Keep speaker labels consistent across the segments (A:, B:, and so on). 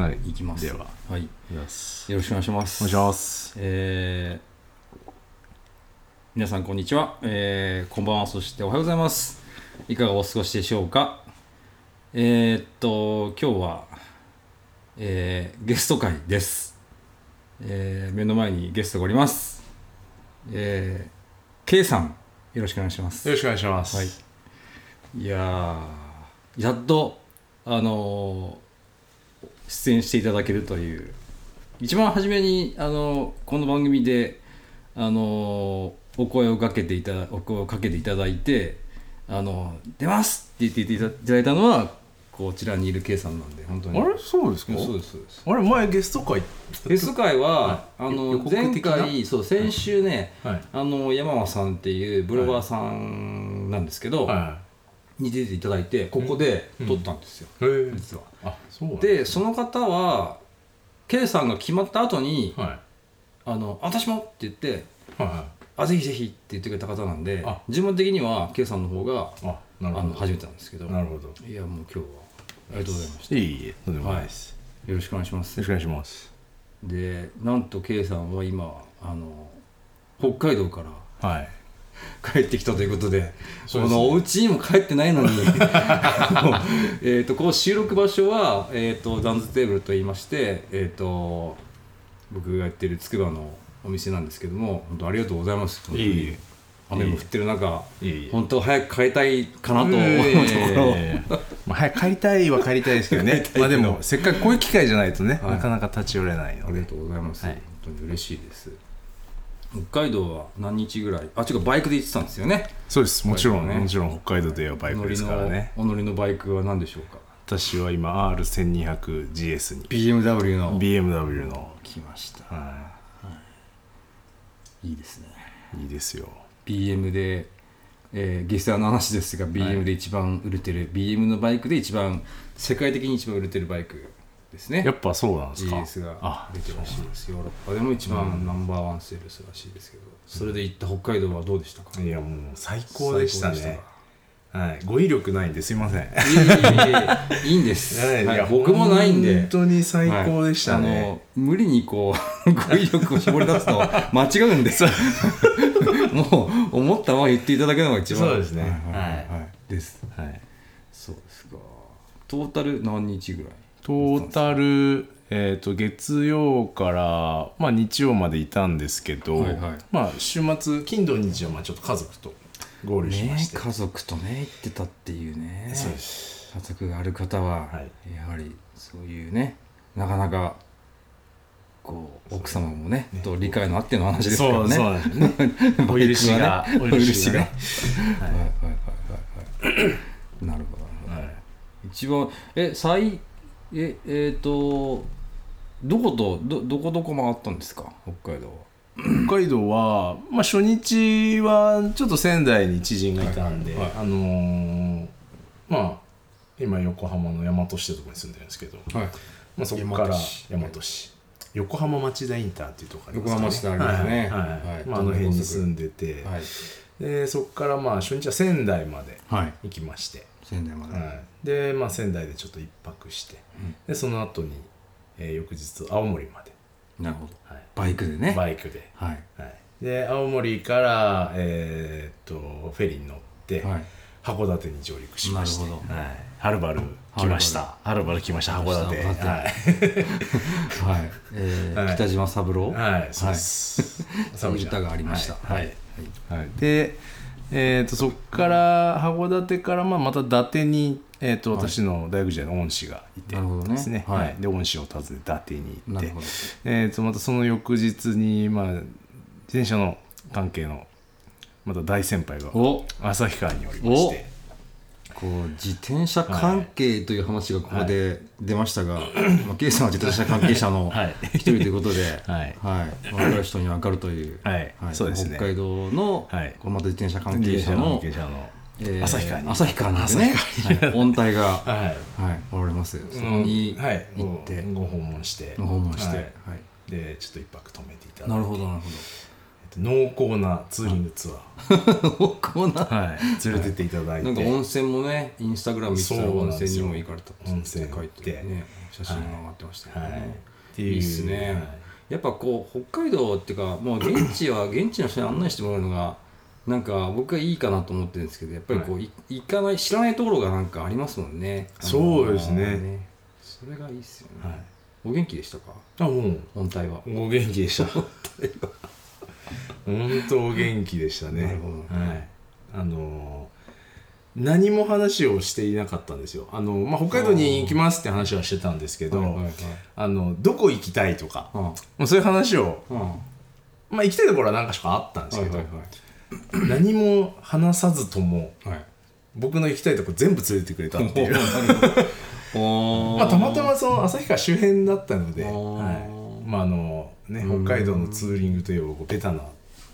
A: はい
B: いきます
A: では
B: はい、よ
A: います
B: ろしくお願いします
A: お願いします
B: えー皆さんこんにちは、えーこんばんはそしておはようございますいかがお過ごしでしょうかえーっと今日は、えーゲスト会です、えー目の前にゲストがおりますえー K さんよろしくお願いします
A: よろしくお願いします
B: はい、いやーやっとあのー出演していただけるという一番初めにあのーこの番組であのーお声をかけていたお声をかけていただいてあのー出ますって言っていただいたのはこちらにいる K さんなんで本当に
A: あれそうですか
B: そうですそうです
A: あれ前ゲスト会
B: ゲスト会は、
A: はい
B: あ
A: 予
B: の
A: 告
B: 前
A: 的な
B: 回そう先週ね、
A: はい
B: あの山間さんっていうブロガーさんなんですけど、
A: は
B: に出ていただいてここで
A: うん
B: 撮ったんですよ、
A: いへえ
B: 実は。
A: あそうなんだ
B: でその方は K さんが決まった後に
A: はい
B: 「あの私も!」って言って
A: はいは
B: 「あぜひぜひ」って言ってくれた方なんで
A: あ
B: 自分的には K さんの方が
A: いあな
B: あ
A: るほ
B: の
A: ど
B: 初めてなんですけど
A: なるほど
B: いやもう今日はありがとうございまし
A: いえいえとんでもないです
B: たよろしくお願いしま
A: よろ
B: す
A: しくお願いします
B: でなんと K さんは今あの北海道から
A: はい
B: 帰ってきたということで
A: そう
B: こ
A: ですね
B: のお家にも帰ってないの に あのえーとこの収録場所は、えー、とダンズテーブルと言いまして、えー、と僕がやってるつくばのお店なんですけども本当ありがとうございます本当に
A: いえいえ
B: 雨も降ってる中
A: いえいえ
B: 本当は早く帰りたいかなと思うところ、
A: えーまあ、早く帰りたいは帰りたいですけどねまあでもせっかくこういう機会じゃないとね、
B: はい
A: なかなか立ち寄れない
B: あ
A: の
B: り
A: で
B: がとうございます、
A: はい
B: 本当に嬉しいです北海道は何日ぐらいあ違うバイクで行ってたんですよね
A: そうですもちろん、
B: バイクね
A: もちろん北海道ではバイクですからね
B: お乗りのお乗りのバイクは何でしょうか
A: 私は今 R1200GS に
B: BMW の
A: BMW の、
B: 来ました
A: はい
B: いですね
A: いいですよ
B: BM で、えーゲストの話ですが BM で一番売れてる、BM のバイクで一番世界的に一番売れてるバイクですね
A: やっぱそうなんですか
B: GS が
A: あ
B: 出てるらしいですヨーロッパでも一番ナンバーワンセールスらしいですけど、それで行った北海道はどうで したか、
A: いやもう最高でした
B: 最
A: ね
B: 高
A: はい語彙力ないんですいませんはい
B: でしたかいえいえいえいいんです、はいい
A: や
B: 僕もないんで
A: 本当に最高でし
B: は
A: た
B: いあ
A: ね
B: の無理にこう 語彙力を絞り出すと間違うんで もう思ったまま言っていただけるのが一番
A: そうですね
B: はいはい
A: はい
B: はいです
A: はい
B: そうですかトータル何日ぐらい
A: トータル、えー、と月曜から、まあ、日曜までいたんですけど、
B: はいはい
A: まあ、週末金土日はまあちょっと家族と合流しま
B: ね
A: して、
B: 家族とね行ってたっていうね
A: そうです
B: 家族がある方は、
A: はい
B: やはりそういうねなかなかこう奥様もねと理解のあっての話ですからね
A: そうそうなんですね お許しが
B: バイクはねお許
A: お許
B: し
A: し
B: が
A: が
B: ね
A: ね
B: はいはいはいはいはいなるほどなるほど
A: はい
B: 一番え最ええっ、とどことどどこどこ回ったんですか北海道は
A: 北海道は、まあ、初日はちょっと仙台に知人がいたんで、
B: はいはい
A: あのーまあ今横浜の大和市ってとこに住んでるんですけど、
B: はい
A: まあ、そこから
B: 大和市
A: 大和市横浜町田インターっていうとこあります
B: 横浜町田ありますね
A: はいはい
B: はい
A: まあ、あの辺に住んでて、
B: はい、
A: でそこからまあ初日は仙台まで
B: はい、
A: 行きまして、
B: 仙台まで、
A: はい、で、まあ、仙台でちょっと一泊して、
B: うん
A: でその後に、えー翌日青森まで、
B: なるほど
A: はい、
B: バイクでね
A: バイクで
B: はい
A: はい、で青森から、えーっとフェリーに乗って、
B: はい
A: 函館に上陸しました
B: なるほど
A: はい、はるばる来ましたはるばる来ました函館
B: 函館
A: は
B: は
A: い
B: い、えー
A: はい
B: 北島三郎、
A: はい、そうです。
B: そういう歌がありました
A: はい。
B: はい
A: はいで、えー、とそこから函館から、まあ、また伊達に、えー、と私の大学時代の恩師がいて
B: なるほどね
A: ですね。
B: はい
A: はい、で恩師を訪ねて伊達に行っ
B: なる
A: て
B: ほど、
A: えー、とまたその翌日に、まあ、自転車の関係のまた大先輩が
B: お
A: 旭川におりまして。
B: こう自転車関係という話がここで出ましたが、まあ、K さんは自転車関係者の
A: はい
B: 一人ということで、
A: はい
B: はい、分かる人に分かるという、
A: はいそうですね
B: 北海道の、
A: はい
B: こうまた自転車関
A: 自
B: 係
A: 転
B: 者
A: 車の
B: の
A: 関係者の
B: えー
A: 旭川に。
B: 旭川なんですね、はい、音体が、は
A: はい
B: い、おられますそこ
A: うん
B: に
A: はい
B: 行って、
A: ごご訪問して
B: ご訪問して、
A: は
B: はい
A: いでちょっと一泊泊めていただいて
B: なるほどなるほ
A: 濃厚なツーリングツ
B: 濃厚な
A: アー、はい、 連れてっていただい
B: なんか
A: て、
B: 温泉もねインスタグラム見てたら
A: そう
B: 温
A: なんで
B: 泉
A: す
B: に
A: よ
B: も行かれたって
A: 温泉
B: 書いてるね写真が上がってましたけど
A: はい、っ
B: ね、
A: て
B: い、
A: いう
B: いっすね、
A: はい
B: やっぱこう北海道っていうかもう現地は 現地の人に案内してもらうのがなんか僕はいいかなと思ってるんですけどやっぱりこう、い行かない知らないところがなんかありますもんね
A: そうですね
B: あのーそれがいいっすよね、
A: はい
B: お元気でしたか
A: あもう
B: 本体は
A: お元気で した本当お元気でしたね
B: なるほど
A: はい、あのー何も話をしていなかったんですよあの、まあ、北海道に行きますって話はしてたんですけど、
B: はいはいはい
A: あのどこ行きたいとか、
B: うん
A: もうそういう話を、
B: うんは
A: まあ、行きたいところは何か所かあったんで
B: い
A: す
B: は
A: け
B: い
A: ど、
B: はい
A: 何も話さずとも
B: はい
A: 僕の行きたいとこ全部連れてくれたっていう
B: おー
A: まあたまたまその旭川周辺だったので、
B: あー
A: はいまああのね、
B: うん
A: 北海道のツーリングといえばこうベタな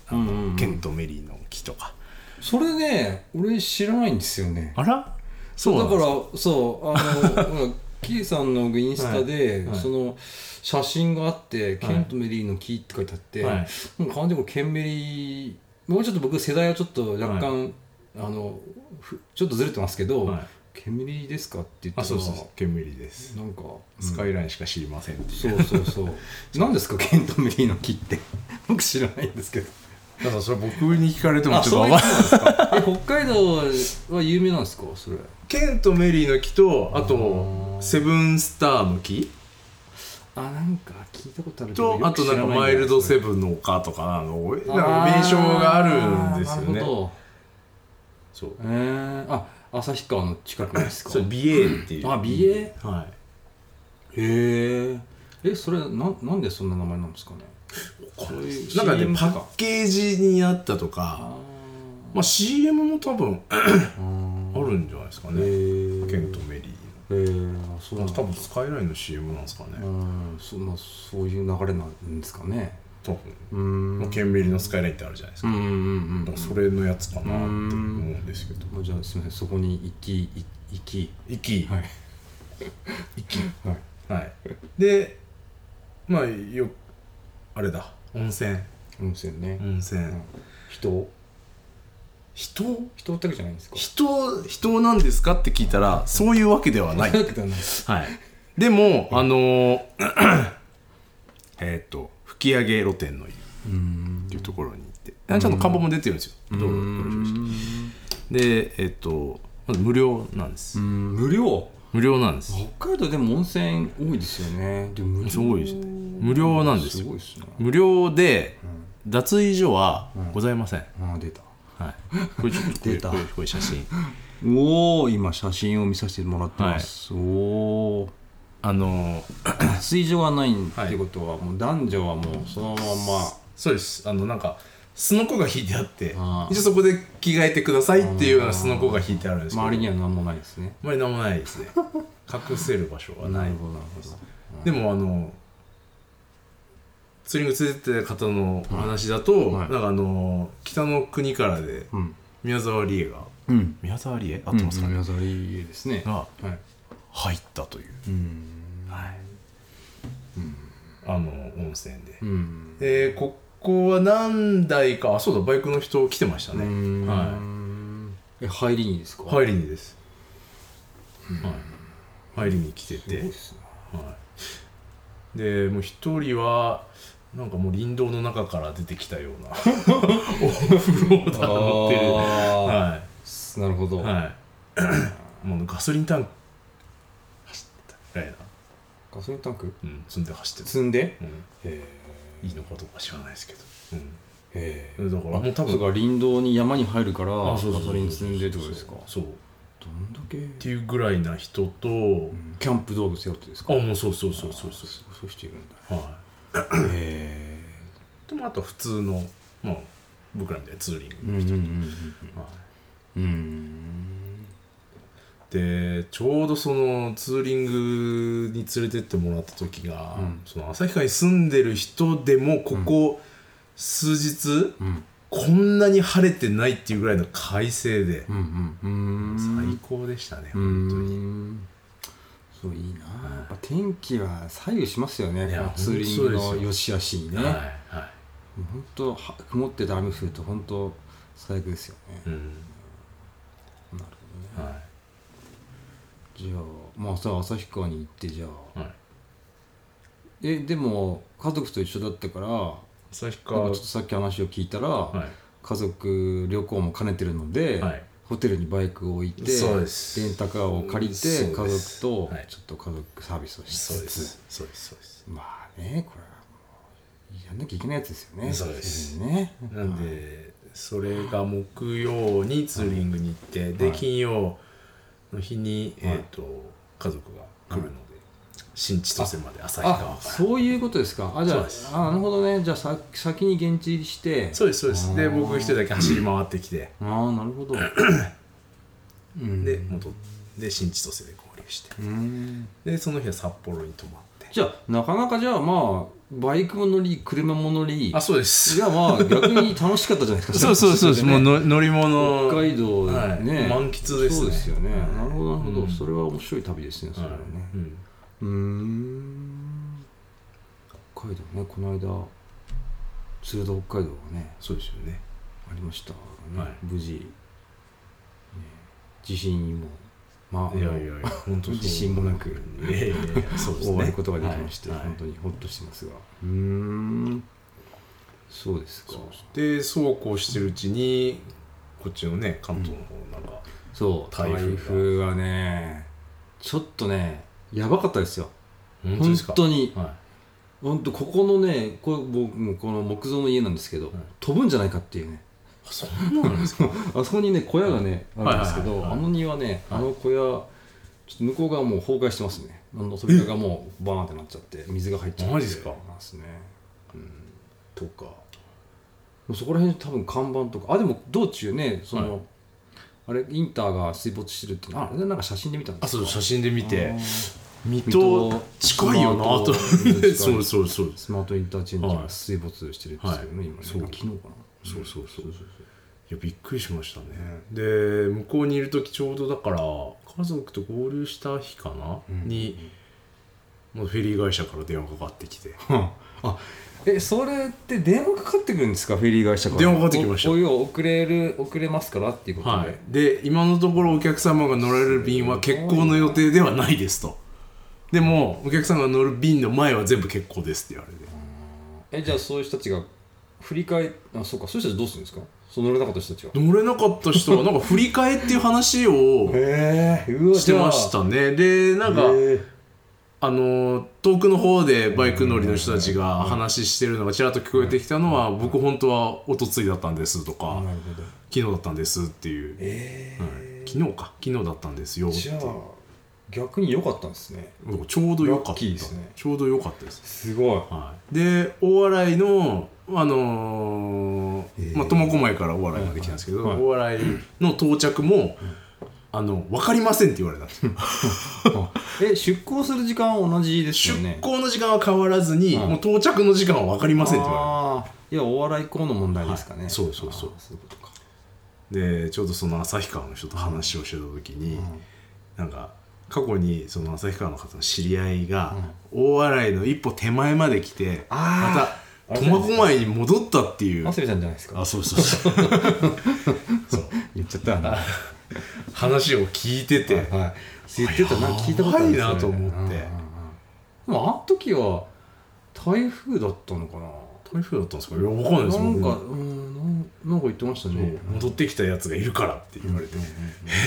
A: あ
B: うんうんう
A: の
B: ん
A: ケント・メリーの木とか、
B: それね俺知らないんですよね
A: あら
B: そうだ
A: なんです
B: からそうあの ほらキリさんのインスタで、
A: はいはい
B: その写真があって「ケント・メリーの木」って書いてあって、
A: はい
B: もう完全にこれケンメリーもうちょっと僕世代はちょっと若干、あのふちょっとずれてますけど「
A: はい
B: ケンメリーですか?」って言った
A: あ
B: ら
A: そうそうそうケン・メリーです、
B: なんか、うん
A: スカイラインしか知りませんっていう
B: そうそう そう何ですかケント・メリーの木って僕知らないんですけど
A: だからそれ僕に聞かれても
B: あ
A: ちょ
B: そう
A: っと
B: いう
A: わ
B: こ
A: かんない
B: となんですかえ北海道は有名なんですかそれ
A: ケント・メリーの木とあ
B: う
A: と
B: ん
A: セブンスターの木
B: あなんか聞いたことあるけどよ
A: と
B: く
A: あとなんか
B: 知らい
A: マイルド・セ
B: ブ
A: ブンの丘とかあのなんか名称があるんですよ
B: な
A: ね
B: るほど
A: そう
B: えー、あ旭川の近くなんですか
A: それ BA っていう
B: あ BA
A: はい
B: へええそれなんなんでそんな名前なんですかねそういう
A: なんかね
B: CM
A: パッケージになったとか
B: あ
A: まあ CM も多分あ
B: ー
A: るんじゃないですか
B: へ
A: ね
B: え
A: ケント・メリー
B: へえあそうなん
A: の
B: だ
A: 多分スカイラインの CM なんですかね
B: うんそんなそういう流れなんですかね
A: 多分
B: うーん
A: まあケンメリーのスカイラインってあるじゃないです
B: う
A: か
B: んうんうんう
A: だ
B: ん
A: からそれのやつかなって思うんですけど
B: まあじゃあすみませんそこに行きい行き
A: 行き
B: はい
A: 行き
B: はい
A: はいでまあよあれだ温泉
B: 温泉ね、
A: 温泉
B: うん人
A: 人
B: 人だけじゃないんですか
A: 人人なんですかって聞いたらそういうわけではない
B: 人だけじゃない
A: はい。でも、あのー えーっと、吹き上げ露天の湯っ
B: うん
A: ていうところに行って、あちゃんと看板も出てるんですよ。道路
B: う
A: 道路標識
B: ん
A: で、えーっと、まず無料なんです。
B: 無料
A: 無料なんです。
B: 北海道でも温泉多いですよねでも無料
A: すごいですね無料なんです
B: す
A: よ
B: ごいですね、
A: 無料で、脱衣所はございません。
B: ああ出た
A: はい。これちょっと、これ、
B: 出た
A: これこれ写真。
B: おお今写真を見させてもらってます、おお
A: あのー
B: 水上がないって
A: はい
B: ことは、もう男女はもうそのまんま
A: そうです。あの、なんか、すのこが引いてあって、一
B: あ
A: 応
B: ー
A: そこで着替えてくださいっていうようなすのこが引いてあるんですけど、
B: 周りには何もないですね
A: あまり何もない ですね隠せる場所はな
B: な
A: い
B: るほどなるほど
A: でもあのツーリング連れてってた方のお話だと、
B: はい
A: なんかあの北の国からで
B: うん
A: 宮沢りえが
B: うん
A: 宮沢りえ合
B: あ
A: ってますかね、
B: 宮沢りえですね
A: が
B: はい
A: 入ったという、
B: うん
A: はいあの温泉で、
B: うん
A: でここは何台かあそうだバイクの人来てましたね、は
B: はいえ入りにですか
A: い、入りにです、はい、入りに来て
B: すごい
A: て
B: っすね
A: はい、でもう一人はなんかもう林道の中から出てきたようなオフローダー乗ってる
B: あ
A: は
B: ーなるほど、
A: い、はい、もうガソリンタンク走ったぐらいな、
B: ガソリンタンク
A: うん、積んで走ってる、
B: 積んで
A: う
B: へ
A: ん、いいのかどうか知らないですけど、
B: え
A: うん、だからもう多
B: そう
A: 分
B: か林道に山に入るからガ
A: あそうそうそう
B: ソリン積んでってことですか
A: そうっ
B: どんだけ
A: ていうぐらいな人と、
B: キャンプ道具背負ってです
A: あ
B: か
A: もうそうそうそうそうそ
B: そうそうしているんだ
A: うは
B: へ
A: いでもあと普通のまあ僕らみたいなツーリング
B: え、うんうん
A: はい
B: うんうん
A: でちょうどそのツーリングに連れてってもらった時が、
B: うん
A: その旭川に住んでる人でもここ数日、
B: うんうん
A: こんなに晴れてないっていうぐらいの快晴で
B: う、んうんうん
A: 最高でしたね、
B: う
A: 本当に
B: んそういいなやっぱ天気は左右しますよね
A: いや
B: ツーリング
A: 本当そ
B: の
A: うですよ
B: 良し悪しにね、
A: はいはい
B: 本当は曇ってた雨降ると本当最悪ですよね、
A: うん
B: なるほどね
A: は
B: じゃあまあさ旭川に行ってじゃあ
A: いはい
B: えでも家族と一緒だったからなんか
A: 旭
B: ちょ
A: 川
B: っとさっき話を聞いたら、
A: は
B: 家族旅行も兼ねてるので、
A: いはい
B: ホテルにバイクを置いて
A: そうです
B: レンタカーを借りて
A: そう
B: 家
A: です
B: 族と
A: はい
B: ちょっと家族サービスをし
A: そう
B: つ
A: で
B: つ、
A: すそうですそうです
B: まあねこれはもうやんなきゃいけないやつですよね
A: そうです
B: ね
A: なんでそれが木曜にツーリングに行ってで
B: はい
A: 金曜の日に
B: はい
A: えっと家族が来るので新千歳まで旭川
B: あ
A: から
B: そういうことですかあじ
A: そう
B: ゃ
A: です
B: ああなるほどねじゃあさ先に現地入りして
A: そうですそうですで
B: あー
A: 僕一人だけ走り回ってきて
B: ああなる ほどうん
A: で戻ってで新千歳で合流して
B: うん
A: でその日は札幌に泊まって
B: じゃあなかなかじゃあまあバイクも乗り車も乗り
A: あそうです
B: じゃあまあ逆に楽しかったじゃないですか
A: そうそうそうですもう
B: ね
A: の乗り物
B: 北海道
A: はい
B: ね、
A: 満喫ですね
B: そうですよね、
A: はい
B: なるほどなるほど、
A: うん
B: それは面白い旅ですねそれはね、
A: はいうん
B: うーん北海道ねこの間鶴戸北海道がね
A: そうですよね
B: ありました、ね
A: はい
B: 無事、ね地震もまあ
A: いやいやいや本当そう
B: 自信もなく
A: いやいやいやそうです ね
B: 終わることができまして、
A: はいはい
B: 本当にホッとしてますがうーんそうですか
A: そうでそうこうしてるうちにこっちのね関東の方なんか、
B: そう
A: 台
B: 台
A: 風が
B: 風はねちょっとねやばかったですよ
A: 本
B: 本当に
A: は
B: 本当ここのねこれ僕もこの木造の家なんですけど、飛ぶんじゃないかっていうね
A: いそんなんですか
B: あそこにね小屋がね、
A: はい
B: あるんですけ
A: はい
B: ど、
A: はいはい
B: あの庭ね、
A: はい
B: あの小屋ちょっと向こう側もう崩壊してますねあの扉がもうバーンってなっちゃって水が入っちゃって
A: マジっすか
B: ますね
A: とか
B: もうそこら辺多分看板とかあでも道中ねその、
A: はい
B: あれインターが水没してるってああれなんか写真で見たん
A: あ
B: ですか
A: そう写真で見て
B: あー
A: 水
B: 戸
A: 戸近いよなと
B: スマート
A: そうそうそうです
B: スマートインターチェンジ
A: は
B: が
A: い
B: 水没してるんですけどね、
A: はい
B: 今ね
A: そう
B: 昨日かな
A: そうそう
B: そうそうそ
A: そう
B: う
A: いやびっくりしましたねで向こうにいる時ちょうどだから家族と合流した日かな、
B: うん
A: にもうフェリー会社から電話かかってきて
B: うんあえそれって電話かかってくるんですかフェリー会社から
A: 電話かかってきました
B: おお湯を遅れる遅れますからっていうこと
A: は
B: で、
A: い、で今のところお客様が乗られる便は欠航の予定ではないですとでもお客さんが乗る便の前は全部欠航ですって言われて
B: えじゃあそういう人たちが振り返あそうかそういう人たちどうするんですかその乗れなかった人たちは
A: 乗れなかった人はなんか振り替えっていう話を
B: へえうわ
A: してましたねでなんか
B: へ
A: あの遠くの方でバイク乗りの人たちが話してるのがちらっと聞こえてきたのは僕本当はおとついだったんですと
B: ー
A: か
B: なるほど
A: 昨日だったんですっていう、
B: え
A: はい
B: え
A: 昨日か昨日だったんですよって
B: じゃあ逆に良かったんですね
A: ちょうどよ
B: ラ
A: か
B: ッ
A: った
B: キーですね
A: ちょうどよかったです
B: すごい
A: はい、で大洗のあのー
B: えー
A: まあ、苫小牧から大洗まで来たんですけど、
B: はい
A: 大洗の到着も、あの分かりませんって言われたんですよ
B: え出航する時間は同じですよね
A: 出港の時間は変わらずに、
B: はい
A: もう到着の時間は分かりませんって言わ
B: ああいやお笑い校の問題ですかね、
A: はいそうそうそう
B: あーそういうことか
A: れてでちょうどその旭川の人と話をしてた時に、なんか過去にその旭川の方の知り合いが、大洗の一歩手前まで来てま
B: あ
A: た苫小牧に戻ったっていう
B: あせびさんじゃないですか
A: あそうそうそう そう
B: 言っちゃったな
A: 話を聞いてて、
B: はい、言ってたな聞いたことあるんですよ
A: やばいなと思って
B: うんうんうんでもあの時は台風だったのかな
A: 台風だったんですかいやわかんないです
B: なんか
A: 僕
B: うんなんなんか言ってました
A: そ
B: ね
A: う戻ってきたやつがいるからって言われて、
B: うんうんうん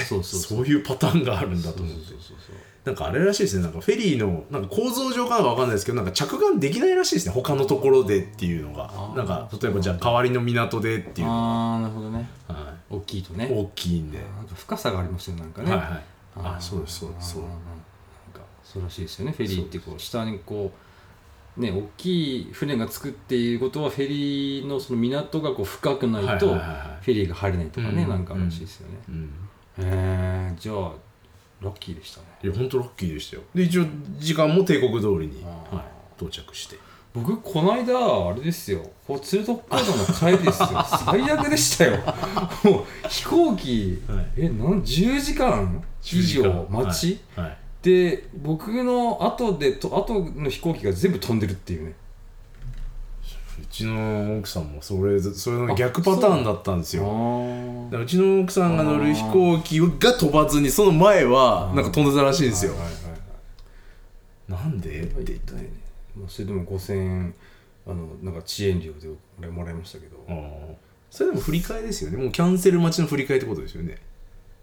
B: そうそう
A: そういうパターンがあるんだと
B: そう
A: 思って
B: そうそうそう
A: なんかあれらしいですねなんかフェリーのなんか構造上かはわかんないですけどなんか着岸できないらしいですね他のところでっていうのが
B: あー
A: なんか例えばじゃあ代わりの港でっていうの
B: ああなるほどね
A: が、は
B: 大きいと
A: い、
B: ね
A: 大きいんで、
B: なんか深さがありますよねなんかね、
A: はいはい
B: ー
A: あそうですそうですそう
B: なんかそうらしいですよねフェリーってこう下にこうね大きい船がつくっていうことはフェリーのその港がこう深くないとフ
A: はいはいはいはい
B: ェリーが入れないとかね、
A: うん
B: なんからしいですよね、
A: うん
B: へえじゃあラッキーでしたね
A: いや本当ラッキーでしたよで一応時間も帝国通りに、
B: あー
A: はい、到着して
B: 僕この間あれですよこう鶴戸北海道の帰りですよ最悪でしたよもう飛行機、
A: はい
B: えなん10時間以上待ち、
A: はいはい
B: で僕の後でと後の飛行機が全部飛んでるっていうね
A: うちの奥さんもそれそれの逆パターンだったんです
C: あ
A: よ
C: ー
A: だからうちの奥さんが乗る飛行機が飛ばずにその前はなんか飛んでたらしいんですよ
B: はいはいはいはい
A: なんでって言って
B: まあそれでも5000円あのなんか遅延料で俺もらいましたけど、
A: あーそれでも振り替えですよねもうキャンセル待ちの振り替えってことですよね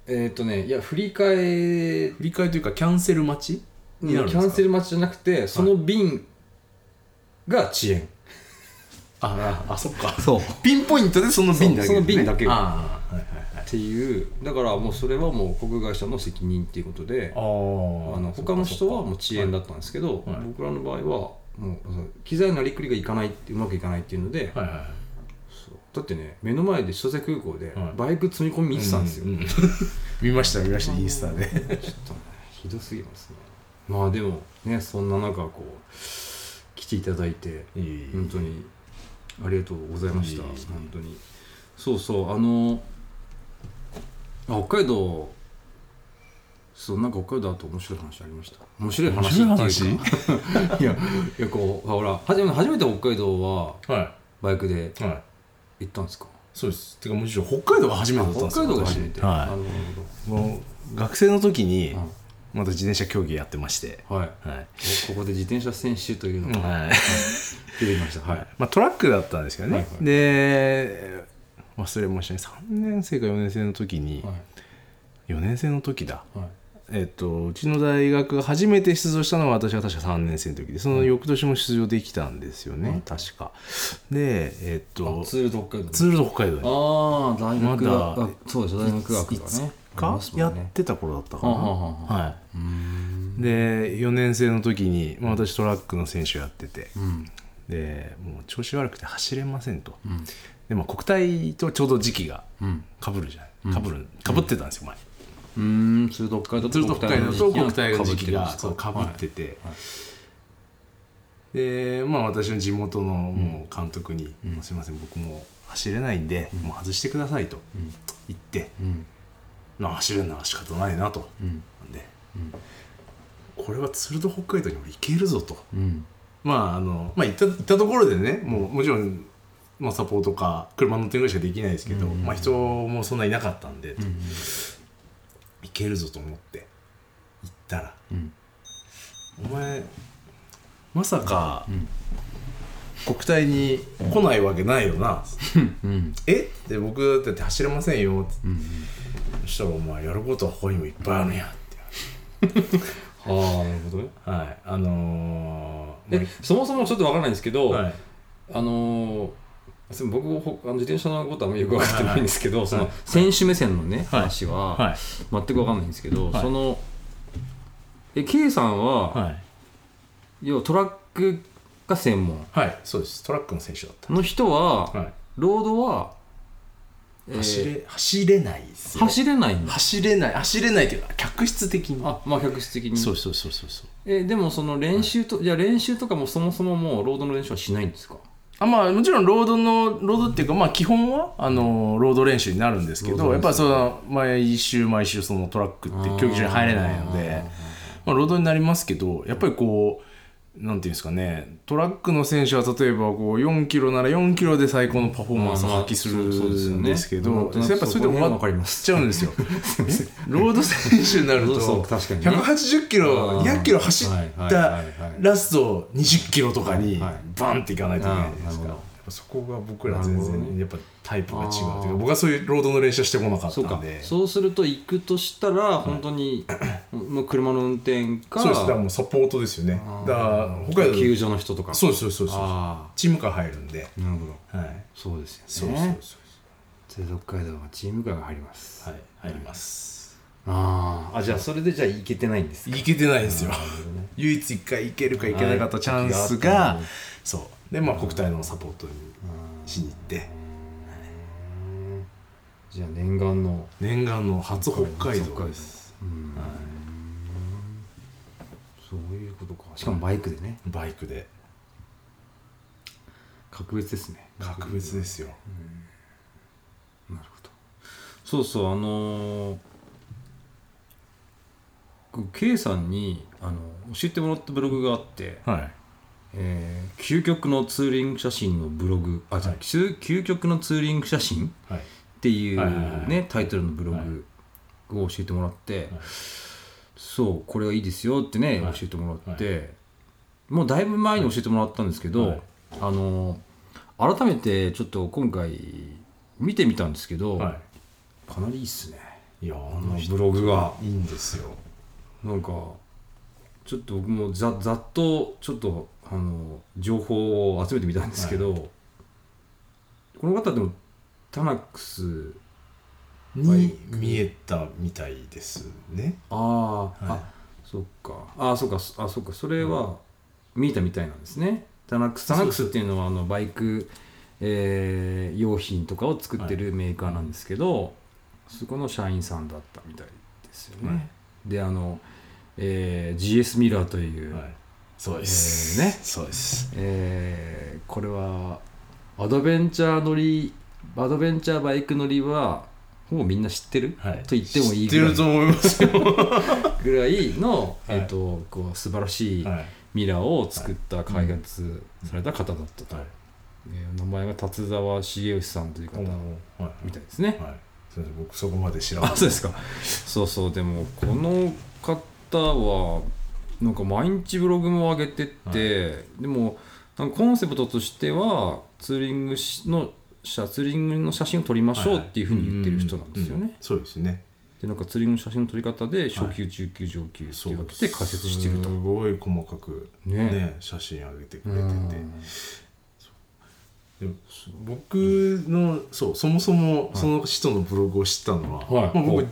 B: えーっ、とねいや振り替え
A: 振り替えというかキャンセル待ち
B: キ
A: になるんです
B: ャ
A: か
B: ンセル待ちじゃなくてその便が遅延、
A: あああそっか
C: そう
A: ピンポイントでその瓶だけ、
B: そうその瓶だけ
A: ああはいはい
B: っていうだからもうそれはもう航空会社の責任っていうことで
A: あ
B: あ
A: あ
B: の他の人はもう遅延だったんですけど、
A: はい
B: 僕らの場合はもうその機材のやりくりがいかないってうまくいかないっていうので、
A: はいはいはい
B: そうだってね目の前で千歳空港で
A: はい
B: バイク積み込み見てたんですよ、
A: うう見ました見ましたインスタで
B: ちょっとねひどすぎますねまあでもねそんな中こう来ていただいて
A: いい
B: 本当にありがとうございました
A: いえいえ
B: 本当にそうそうあのあ北海道そうなんか北海道だと面白い話ありました面白い話っていうか
A: 面白
B: い
A: い
B: やいやこうほら初め初めて北海道は
A: は
B: バイクで
A: いはい
B: 行ったんですか
A: そうですてかむしろ北海道が初めてだったんです
B: 北
A: よ
B: 海道が初めて、
A: 私はい
B: なるほ
A: もう学生の時に
B: うん
A: また自転車競技やってまして
B: どはい
A: はい、
B: ここで自転車選手というのが
A: はい
B: 出てきました、はい
A: まあ、トラックだったんですけどね、
B: はいはい
A: で忘れもしない3年生か4年生の時に、
B: は
A: 4年生の時だ
B: いはい
A: えっと、うちの大学が初めて出場したのは私が確か3年生の時でその翌年も出場できたんですよね、
B: うん
A: 確かでえっと
B: ツールと北海道
A: ツールド北海道に
B: ああ大学
A: ま
B: が、
A: だ
B: あそうです大学学がねあり
A: か
B: ますも
A: や
B: ん
A: っ
B: ね
A: てた頃だったか
B: は
A: な、
B: あはあはあはあ
A: は
B: うーん
A: い、で4年生の時に、まあ、私トラックの選手やってて
B: うん
A: でもう調子悪くて走れませんと
B: うん
A: で、まあ、国体とちょうど時期が
B: うん
A: かぶるじゃないかぶるかぶってたんですよ前
B: うーんツールと北海道
A: ずっと北海道と国体の時期が
B: そう
A: かぶってて、
B: はい
A: でまあ私の地元のもう監督に「もうすいません僕もう走れないんで、もう外してください」と
B: ん
A: 言って、
B: うん
A: まあ、走るのは仕方ないなと、
B: うん
A: なんで、
B: うん
A: これは鶴戸北海道にも行けるぞと
B: うん
A: まああのまあ行った行ったところでねもうもちろん、まあ、サポートか車乗ってるぐらいしかできないですけど、
B: うん
A: まあ、人もそんないなかったんで、
B: うん
A: 行けるぞと思って行ったら
B: うん
A: 「お前まさか
B: ん
A: 国体に来ないわけないよな」
B: うん
A: えって僕だって走れませんよって
B: うん
A: そしたらお前やることは他にもいっぱいあるんやって
B: ああなるほどね
A: はいあのー、
B: えそもそもちょっとわからないんですけど、
A: はい、
B: あのーすみません僕ほあの自転車のことはあんまりよく分かってないんですけど、その選手目線のね、話は、
A: はい
B: 全く分かんないんですけど、
A: はい
B: そのえ K さんは、
A: はい
B: 要はトラックが専門
A: はいそうですトラックの選手だった
B: の人は、
A: はい
B: ロードは、えー
A: 走れ走れないですよ
B: 走れないんだ
A: 走れない走れないっていうか客室的に
B: あまあ客室的に
A: そうそうそうそうそう
B: えーでもその練習と、じゃあ練習とかもそもそももうロードの練習はしないんですか
A: あまあ、もちろんロードのロードっていうか、まあ、基本はあのロード練習になるんですけ
B: ロー
A: ど
B: ド
A: や
B: 練
A: っ
B: 習
A: ぱりその毎週毎週そのトラックって競技場に入れないのでまあ、ロードになりますけどやっぱりこうなんていうんですかねトラックの選手は例えばこう4キロなら4キロで最高のパフォーマンスを発揮する
B: まあまあそうそうですよ
A: ん
B: ね
A: ですけど、
B: なんとなく
A: やっぱそれで
B: そこ
A: 終わ
B: ら辺わかりま
A: っ
B: す
A: ちゃうんですよ。ロード選手になる
B: そうそう
A: と
B: 確かにね
A: 180キロ
B: あー
A: 200キロ走っ
B: はいは
A: た
B: いはいはい
A: ラスト20キロとかに
B: はいはい
A: バンっていかないといけないじゃない
B: あーな
A: で
B: るほど
A: すか。やっぱそこが僕ら全
B: なるほど
A: 然
B: ね
A: やっぱタイプが違う
B: あ
A: というか
B: ー
A: 僕はそういうロードの練習はしてこなかった
B: そうんか
A: で
B: そうすると行くとしたら本当 に、もう車の運転か
A: そうですだからもうサポートですよね
B: あー
A: だから北海道
B: 救助の人とか
A: そううそうそうそう
B: あ
A: チームから入るんで、
B: あなるほど
A: はい、
B: そうですよね
A: そうそうそうそ
B: で北海道はチーム会が入ります
A: う、はい、入ります。
B: あーあじゃあそれでじゃあ行けてないんです
A: いけてないんですよ
B: な。るほどね
A: 唯一一回いけるかいけなかったチャンス
B: はい時があった
A: が
B: のに、
A: そう。で、まあ、国体のサポートに
B: うん
A: しに行って、
B: じゃあ念願の
A: 念願の初北海
B: 北
A: 道
B: 海
A: です。
B: うんそういうことかしかもバイクでね
A: バイクで。
B: 格別ですね
A: 格別ですよ。
B: なるほどそうそうあのー、こう K さんにあの教えてもらったブログがあって
A: はい。
B: ええー究極のツーリング写真のブログあじゃあ、
A: はい
B: 究究極のツーリング写真
A: はい
B: っていうね、
A: はいはいはいは
B: タイトルのブログを教えてもらって、そうこれはいいですよってね、
A: はい
B: 教えてもらって、もうだいぶ前に教えてもらったんですけど、
A: はい
B: あの改めてちょっと今回見てみたんですけど、
A: は
B: かなりいいっすね
A: いいや
B: あ
A: あ
B: の
A: の
B: ブ
A: 人
B: ログが
A: いいんですよ
B: なんかちょっと僕もざざっとちょっとあの情報を集めてみたんですけど、この方でもタナックスバイ
A: に
B: ク
A: 見えたみたいですね
B: ああ、
A: はい
B: あそっかああそっかそあそっかそれは見たみたいなんですねタナックスタナックスっていうのはあのバイク、えー用品とかを作ってるメーカーなんですけど、そこの社員さんだったみたいですよね、
A: はい
B: であの、えー GS ミラーという、
A: はいそうで
B: え
A: す
B: ーね
A: そうです
B: えーこれはアドベンチャー乗りアドベンチャーバイク乗りはほぼみんな知ってる、
A: はい
B: と言ってもいい
A: 知って
B: ぐら
A: る
B: い
A: と思いますよ
B: ぐらいの、
A: はい
B: えっとこう素晴らしい、
A: はい
B: ミラーを作った開発された方だったと、
A: はい
B: えー名前が達沢茂義さんという方
A: はい
B: みたいですね、
A: はいすいません僕そこまで知らな
B: あそうですかそうそうでもこの方はなんか毎日ブログも上げてって、でもなんかコンセプトとしてはツーリングしの写ツーリングの写真を撮りましょうっていうふうに言ってる人なんですよね、
A: ううそうですね
B: でなんかツーリングの写真の撮り方で初級中級上級っていうわけで解説してると、
A: すごい細かく
B: ね
A: ね写真上げてくれてて
B: うん
A: で僕のそうそもそもその人のブログを知ったの
B: は
A: は、
B: い
A: まあ、
B: は
A: 僕
B: い、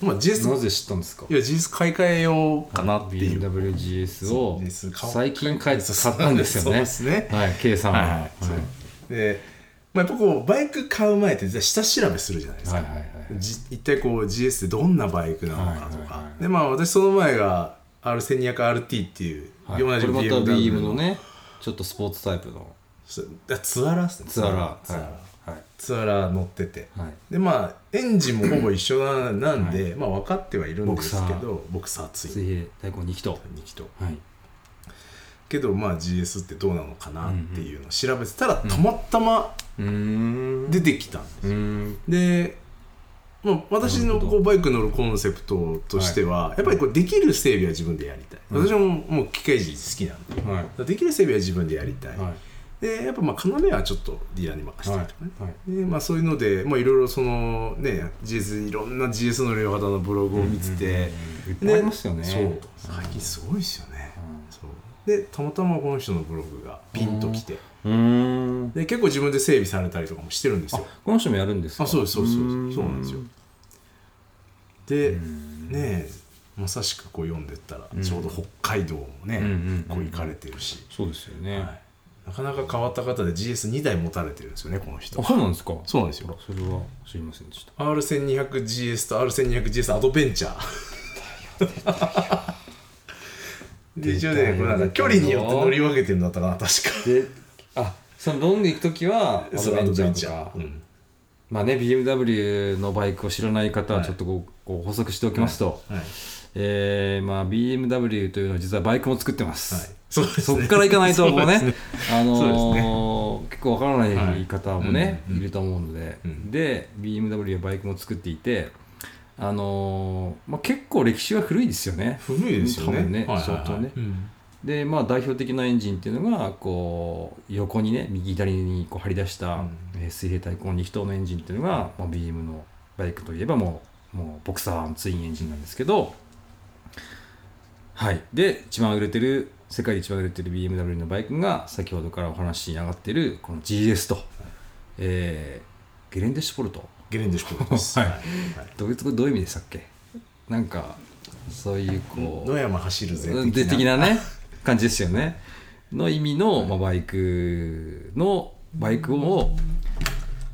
A: まあ、GS
B: なぜ知ったんですか
A: いや GS 買い替えようかなっていう
B: WGS を
A: GS 買おう
B: 最近買い買ったんですよ
A: そう
B: ね
A: で。すね
B: はい、K さんは。
A: はいはいそうで、まあ、やっぱこうバイク買う前って絶対下調べするじゃないですか、
B: はいはいはい
A: じ一体こう GS ってどんなバイクなのか
B: は
A: とか、
B: いはいはい
A: でまあ私その前が R1200RT っていう、
B: はい
A: 同じ
B: これまた
A: BMW
B: BM のね、ちょっとスポーツタイプの
A: そうだツアラーっすね
B: ツアラー。
A: ツアラー、
B: はいはい
A: ツアラー乗ってて、
B: はい
A: でまあエンジンもほぼ一緒ななんで、まあ分かってはいるんですけ
B: ボ
A: どボクサーつい
B: 水平大根2機と。
A: 2機と
B: はい。
A: けどまあ GS ってどうなのかなっていうのを調べてたら、たまたま
B: うーん。
A: 出てきたんです
B: うーん。
A: で、まあ、私
B: なる
A: の
B: ほど
A: こうバイク乗るコンセプトとしては、やっぱりこうできる整備は自分でやりたい、私ももう機械人好きなんでだか
B: はい。
A: らできる整備は自分でやりたい、
B: はい。
A: でやっぱまあ要はちょっとディーラーに任せたりとかね、
B: はいは
A: でまあ、そういうのでまあいろいろそのね GS いろんな GS の両肌のブログを見てて、
B: いっぱいあ
A: で
B: りますよね。
A: そう最近すごいですよね、そうでたまたまこの人のブログがピンときて、
B: うーん。
A: で結構自分で整備されたりとかもしてるんですよ
B: この人もやるんですか
A: あそうですそうですそうですそう
B: ー
A: なんですよでねえまさしくこう読んでったらちょうど北海道も
B: うんうん
A: ね
B: うん
A: こう行かれてるし、
B: そうですよね。
A: はいなかなか変わった方で GS2 台持たれてるんですよねこの人
B: あ、そうなんですか
A: そうなんですよ
B: あそれは知りませんでした。
A: R1200GS と R1200GS アドベンチャー で一応ねこれなんか距離によって乗り分けてるんだったかな確か
B: で、あ、そのロング行くときは、アドベンチャーとか。
A: そうアドベンチャーうん
B: まあね、BMW のバイクを知らない方はちょっとご、ご補足しておきますと、
A: はい
B: えーまあ、BMW というのは実はバイクも作ってま
A: はい
B: す、
A: そうですね
B: そこから行かないともうね
A: そうです
B: あ
A: そうです
B: のー結構わからな
A: はいい
B: 方もね、
A: うん
B: い、ると思うので、
A: うん
B: で BMW はバイクも作っていてあのーまあ、結構歴史は古いですよね
A: 古いですよね
B: 多分ね
A: はいはいはい
B: 相当ね
A: うん
B: でまあ代表的なエンジンっていうのがこう横にね右左にこう張り出した、
A: うん
B: えー水平対向2気筒のエンジンっていうのが、まあ、BM のバイクといえばもうもうボクサーのツインエンジンなんですけどはいで一番売れてる世界で一番売れてる BMW のバイクが先ほどからお話に上がってるこの GS と、えーゲレンデシュポルト
A: ゲレンデシュポルトです
B: はい
A: はい
B: どういうどういう意味でしたっけなんかそういうこう
A: 野山走るぜ
B: で的なね感じですよねの意味の、まあ、バイクのバイクを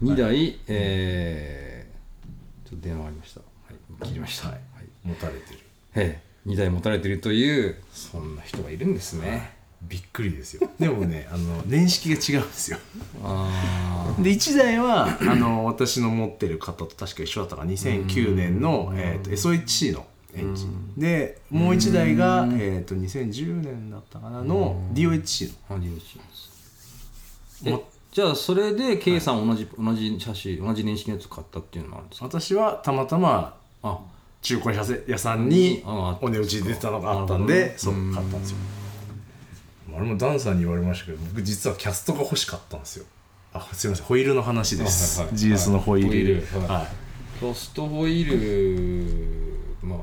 B: 2台、えーちょっと電話がありました、はい、切りました、
A: は
B: はいい
A: 持たれてる
B: ええ2台持たれてるというそんな人がいるんですね
A: びっくりですよでもねあの年式が違うんですよ
B: あ
A: で1台はあの私の持ってる方と確か一緒だったから2009年の、えー、と SOHC の、エンジン、でもう1台が、えー、と2010年だったかなの DOHC
B: ハニーシーです
A: の
B: えじゃあそれで K さん同じ、同じ車種同じ年式のやつ買ったっていうのもあるんですか
A: 私はたまたま
B: あ
A: 中古屋さんに
B: あ
A: お値打ちで出たのがあったんでそう買ったんですよあれもダンさんに言われましたけど僕実はキャストが欲しかったんですよあすいませんホイールの話です、
B: あはいはい
A: GS のホイール、
B: ホイールはい
A: はい
B: キャストホイールまあ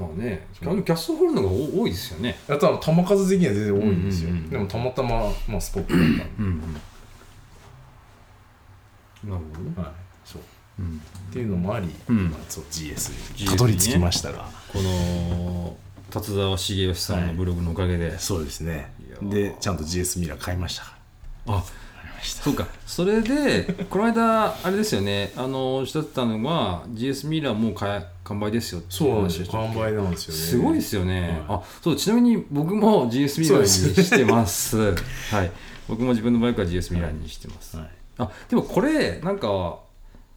B: まあねあのキャストホイールの方が多多いですよね
A: あとは球数的には全然多いんですよ、
B: うんうんうん
A: でもたまたま、まあ、スポットだったんで
B: うんなるほどね
A: はい、そう
B: うん
A: っていうのもあり、
B: うん
A: まあ、そう GS に
B: GS
A: たどり着きましたが、
B: この達沢茂義さんのブログのおかげで、
A: そうですね
B: いや
A: でちゃんと GS ミラー買いましたか
B: あそうかそれでこの間 あれですよねあのおっしゃってたのは GS ミラーもう買え完売ですよって
A: そうなんですよ
B: 話を
A: 完売なんですよね
B: すごいですよね、
A: は
B: あそうちなみに僕も GS ミラーにしてます はい僕も自分のバイクは GS ミラーにしてます、
A: はい、
B: あでもこれなんか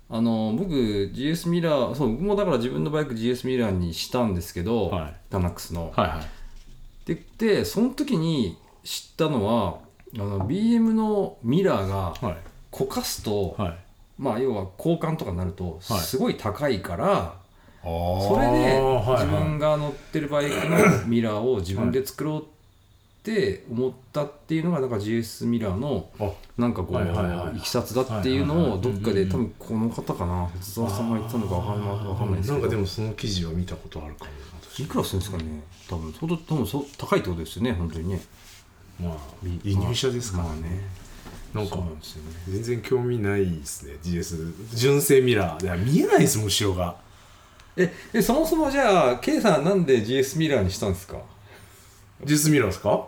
B: あの僕 GS ミラーそう僕もだから自分のバイク GS ミラーにしたんですけど、
A: はい
B: ダナックスの、
A: はいはい
B: ででその時に知ったのはあの BM のミラーが
A: はい
B: こかすと、
A: はい
B: まあ要は交換とかになると
A: はい
B: すごい高いから、そ
A: そ
B: れで自分が乗ってるバイクのミラーを自分で作ろうって思ったっていうのがなんか GS ミラーの
A: あ
B: なんかこ
A: はいはいはいう
B: いきさつだっていうのをどっか
A: はいはいは
B: で
A: い
B: 多分この方かな鉄沢さんが言ってたのかわかんないわかんないです
A: な
B: け
A: ん
B: ど
A: かでもその記事は見たことあるかも私
B: いくらするんですかね多分相当多分そう高いってことですよね本当にね
A: まあ輸入車ですからね、なんか
B: そうなんですよね
A: 全然興味ないですね GS 純正ミラーいや見えないですもん後ろが
B: ええそもそもじゃあ K さんなんで GS ミラーにしたんですか
A: GS ミラーですか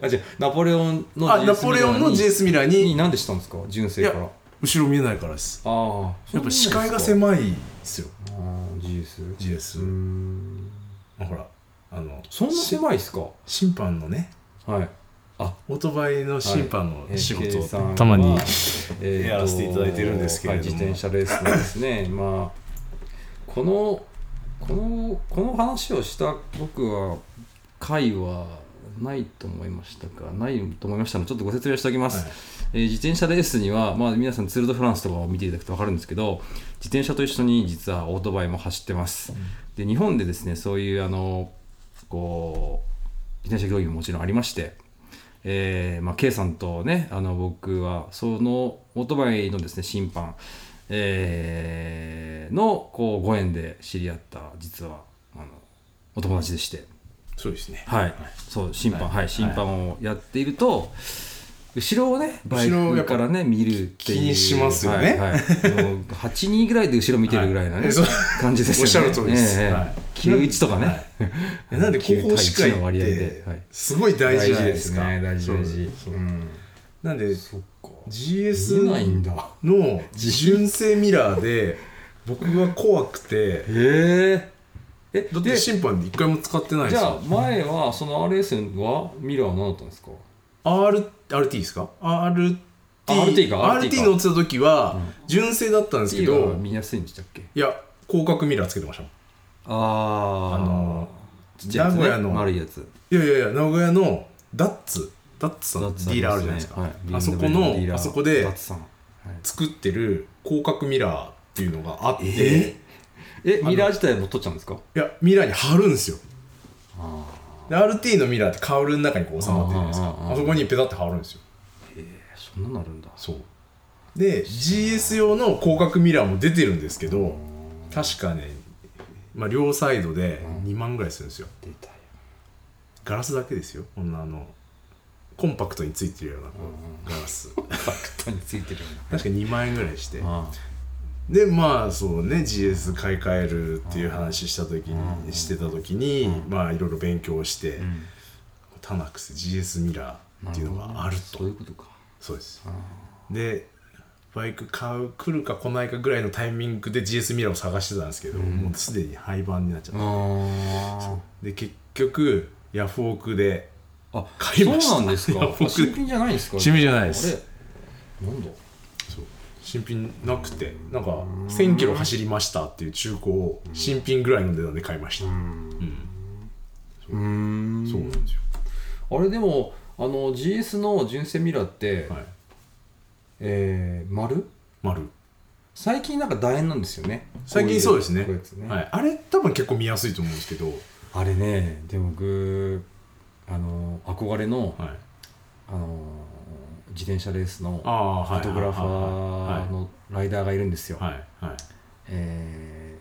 B: あじゃあナポレオンの
A: あナポレオンの GS ミラー
B: に
A: に
B: 何でしたんですか純正から
A: い
B: あ
A: や後ろ見えないからです
B: あ
A: やっぱ視界が狭いですよ
B: あー GSう
A: GS、
B: ーん
A: まあほらあの
B: そんな狭いですか
A: 審判のね
B: はい
A: オートバイの審判の仕事
B: えー K さん
A: を
B: は
A: たまに、
B: えーと
A: やらせていただいてるんですけれども
B: はい自転車レースのですねまあこのこのこの話をした僕は回はないと思いましたかないと思いましたのでちょっとご説明しておきます、
A: はい
B: えー自転車レースには、まあ、皆さんツール・ド・フランスとかを見ていただくと分かるんですけど自転車と一緒に実はオートバイも走ってます、で日本でですねそういうあのこう自転車競技ももちろんありましてえーまあ、K さんとねあの僕はそのオートバイのですね審判、えーのこうご縁で知り合った実はあのお友達でして、
A: そうですね
B: はいそう審判、はい審判をやっていると、後ろをねバイ
A: 後ろをや
B: ク
A: っぱ
B: からね見るっていう
A: 気にしますよね
B: はいはい、もう8人ぐらいで後ろ見てるぐらいのね、
A: はいそう
B: 感じですよね
A: おっしゃる通りです
B: ええええ
A: はい
B: 91とかね、
A: はいえ なんで後方視界
B: 9対1の
A: っ
B: 割合
A: て
B: ではい
A: すごい大事じゃないですか
B: 大事ですね大事大事
A: そうそう
B: うん
A: なんで
B: そっか
A: GS
B: だ
A: の純正ミラーで僕は怖くて
B: へええ
A: だって
B: で
A: 審判で一回も使ってないで
B: じ
A: す
B: ゃあ
A: よ
B: 前はその RS はミラーは何だったんですか
A: R RT ですか RT,
B: あ RT か RT か
A: RT 乗ってた時は純正だったんですけ
B: ミラーは
A: ど
B: 見やすいんでしたっけ
A: いや広角ミラーつけてましたもん
B: ああ
A: あの
B: ちっちゃいやつね
A: 名古屋の
B: 丸いやつ
A: いやいやいや名古屋のダッツダッツさん
B: ダ
A: の
B: ッ
A: デ
B: ツさん
A: ィーラーあるじゃないですか、
B: はい
A: あそこ
B: BMW ディー
A: の
B: ラー
A: あそこで
B: ダッツさんはい
A: 作ってる広角ミラーっていうのがあって、
B: えミラー自体も取っちゃうんですか
A: いやミラーに貼るんですよで RT のミラーってカウルの中にこう収まってるじゃないですか
B: ああああ
A: あそこにペタって貼るんですよ
B: そんなのあるんだ
A: そうで GS 用の広角ミラーも出てるんですけど確かね、まあ、両サイドで2万ぐらいするんですよ
B: 出たよ
A: ガラスだけですよこんなあのコンパクトについてるようなこうガラ ス確
B: バクトについてるよ
A: か2万円ぐらいして
B: うな
A: でまあそうね GS 買い替えるっていう話した時にしてた時にまあいろいろ勉強して、タナックス GS ミラーっていうのがあると
B: そういうことか
A: そうですでバイク買う来るか来ないかぐらいのタイミングで GS ミラーを探してたんですけど、もうすでに廃盤になっちゃっ
B: あ
A: たで結局ヤフオクで
B: ああ
A: 買いました
B: そうなんです
A: いや
B: か
A: 僕
B: 新品じゃないんですか
A: 新品じゃないで
B: あ
A: す
B: れなんだ
A: そう新品なくてなんか1 0 0 0キロ走りましたっていう中古を新品ぐらいの値段で買いました、
B: うーん
A: そうなんですよ
B: あれでもあの GS の純正ミラーって、
A: はい
B: えー、丸
A: 丸
B: 最近なんか楕円なんですよね
A: 最近そうですね
B: こいやつね、
A: はい、あれ多分結構見やすいと思うんですけど、
B: あれねでも僕あの憧れの
A: はい、
B: あの自転車レースの
A: ああ
B: フ
A: はい
B: ォトグラファーのライダーがいるんですよ、
A: はいはいはい
B: え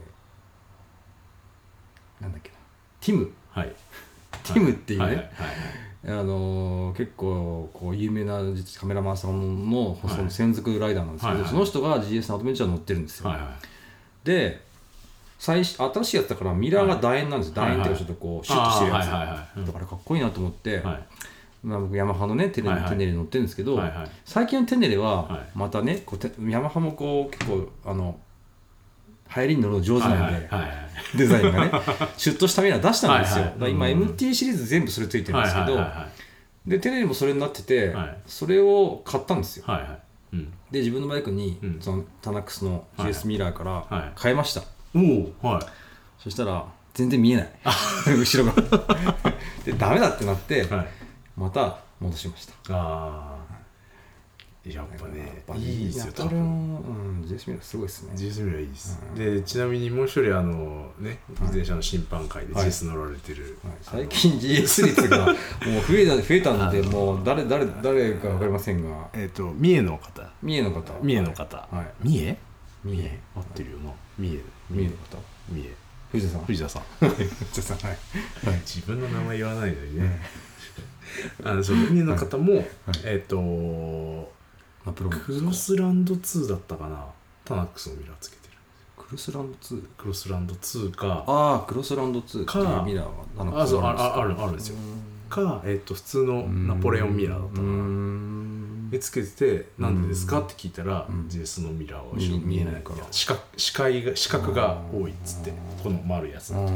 B: ー、なんだっけなティム
A: はいはい
B: ティムっていうね、
A: はいはいはい
B: あのー結構こう有名なカメラマンさんの
A: はい
B: その専属ライダーなんですけど、
A: はいはい
B: その人が GS のアドベンチャーに乗ってるんですよ、
A: はいはい
B: で最し新しいやつだからミラーが楕円なんですよ、
A: はい
B: 楕円っていうかちょっとこうシュッとしてるやつ、
A: あーはいはいはいうん
B: だからかっこいいなと思って、
A: はい
B: まあ、僕ヤマハのねテネ,、
A: はいはい
B: テネレに乗ってるんですけど、
A: はいはい
B: 最近のテネレ
A: は
B: はいまたねこうてヤマハもこう結構あの流行りに乗るの上手なんで、
A: はいはいはい
B: デザインが ねシュッとしたミラー出したんですよ、
A: はいはい
B: だから今
A: うん
B: MT シリーズ全部それついてるん
A: はい
B: ですけど、
A: はいは
B: でテレビもそれになってて、
A: はい
B: それを買ったんですよ
A: いはいはいはいうん
B: で自分のバイクに、
A: うん
B: そのタナックスの
A: はい
B: GS ミラーか
A: はい
B: ら買いました、
A: おおはい
B: そしたら全然 見えない後ろがでダメだってなって、
A: はい
B: また戻しました
A: ああやっぱ
B: やっ
A: ね
B: ぱ
A: いいですよ
B: やっぱ
A: 多
B: り
A: 分
B: うん、GS ミラーすごいですね
A: GS ミラーいいです、でちなみにもう一人あのね自転車の審判会で
B: はい
A: GS 乗られてる、
B: はい最近 GS 率がもう増えた増えたんでもう誰誰誰か分かりませんが
A: えっ、と三重の方
B: 三重の方
A: 三重の方、
B: はい
A: 三重
B: 三重
A: 合ってるよな三重
B: 三重の方
A: 三重
B: 藤田さん
A: 藤田さん
B: 藤田さんはい
A: 自分の名前言わないのにねあのその三重の方も、えっ、と
B: あプロモ
A: クロスランド2だったかなタナックスのミラーつけてる
B: クロスランド2
A: クロスランド2かあ
B: ああクロスランド2っていうミラーはあの
A: そうあ
B: んですか
A: ああるあるんですよか、えっと普通のナポレオンミラーだったか
B: うー
A: なんでつけてて「なんでですか?」って聞いたら
B: ん
A: JS のミラーは
B: 見
A: 後ろ見えな
B: 見えないい
A: か
B: からら
A: 視覚視界が視覚が多いっつってこの丸いやつだと、
B: う
A: うんん、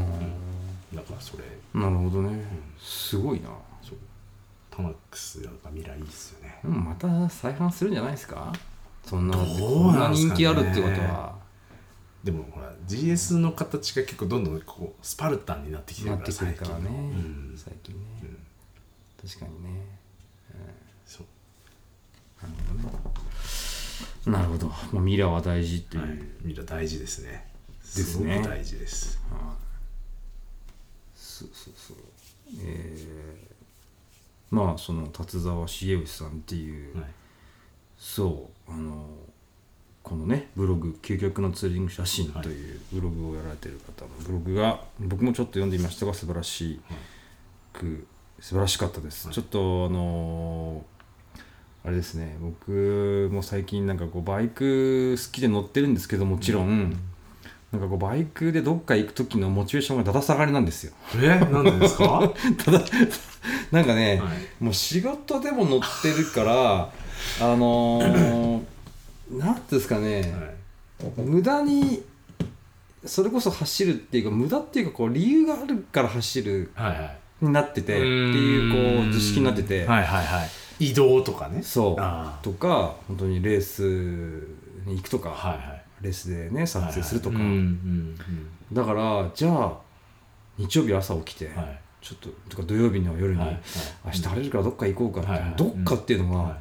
A: だからそれ
B: なるほどねすごいな
A: そうタナックスやっぱミラーいいっすよね
B: でもまた再販するんじゃないですかそんな
A: どうなんす
B: こんな人
A: かね
B: 気あるってことは
A: でもほら GS の形が結構どんどんこうスパルタンになってきて
B: な
A: る
B: っ
A: か
B: て
A: ら
B: くるからね
A: 最近のうん
B: 最近ね
A: うん
B: 確かにね
A: そう
B: なるほどまあミラーは大事ってい
A: はいうミラー大事ですね
B: ですね
A: すごく大事です
B: そうそうそうえーまあその達沢重義さんっていう
A: はい
B: そうあのこのねブログ「究極のツーリング写真」
A: はい
B: というブログをやられてる方のブログが僕もちょっと読んでみましたが素晴らしく素晴らしかったです、
A: はい
B: ちょっとあのあれですね僕も最近なんかこうバイク好きで乗ってるんですけどもちろん、なんかこうバイクでどっか行く時のモチベーションがだだ下がりなんですよ
A: えなんでですかは
B: ただなんかね、
A: い
B: もう仕事でも乗ってる からあのー、なんていうんですかね、
A: はい
B: 無駄にそれこそ走るっていうか無駄っていうかこう理由があるから走る
A: はいはい
B: になっててっていうこう図式になってて、
A: はいはいはい移動とかね
B: そう
A: あー
B: とか本当にレースに行くとか、
A: はいはい
B: レースでね撮影するとか、
A: はいはいうん
B: だからじゃあ日曜日朝起きて、
A: うんうんはい
B: ちょっととか土曜日の夜に、
A: はいはい
B: 明日晴れるからどっか行こうかって、
A: はいはい
B: どっかっていうの
A: は
B: が
A: い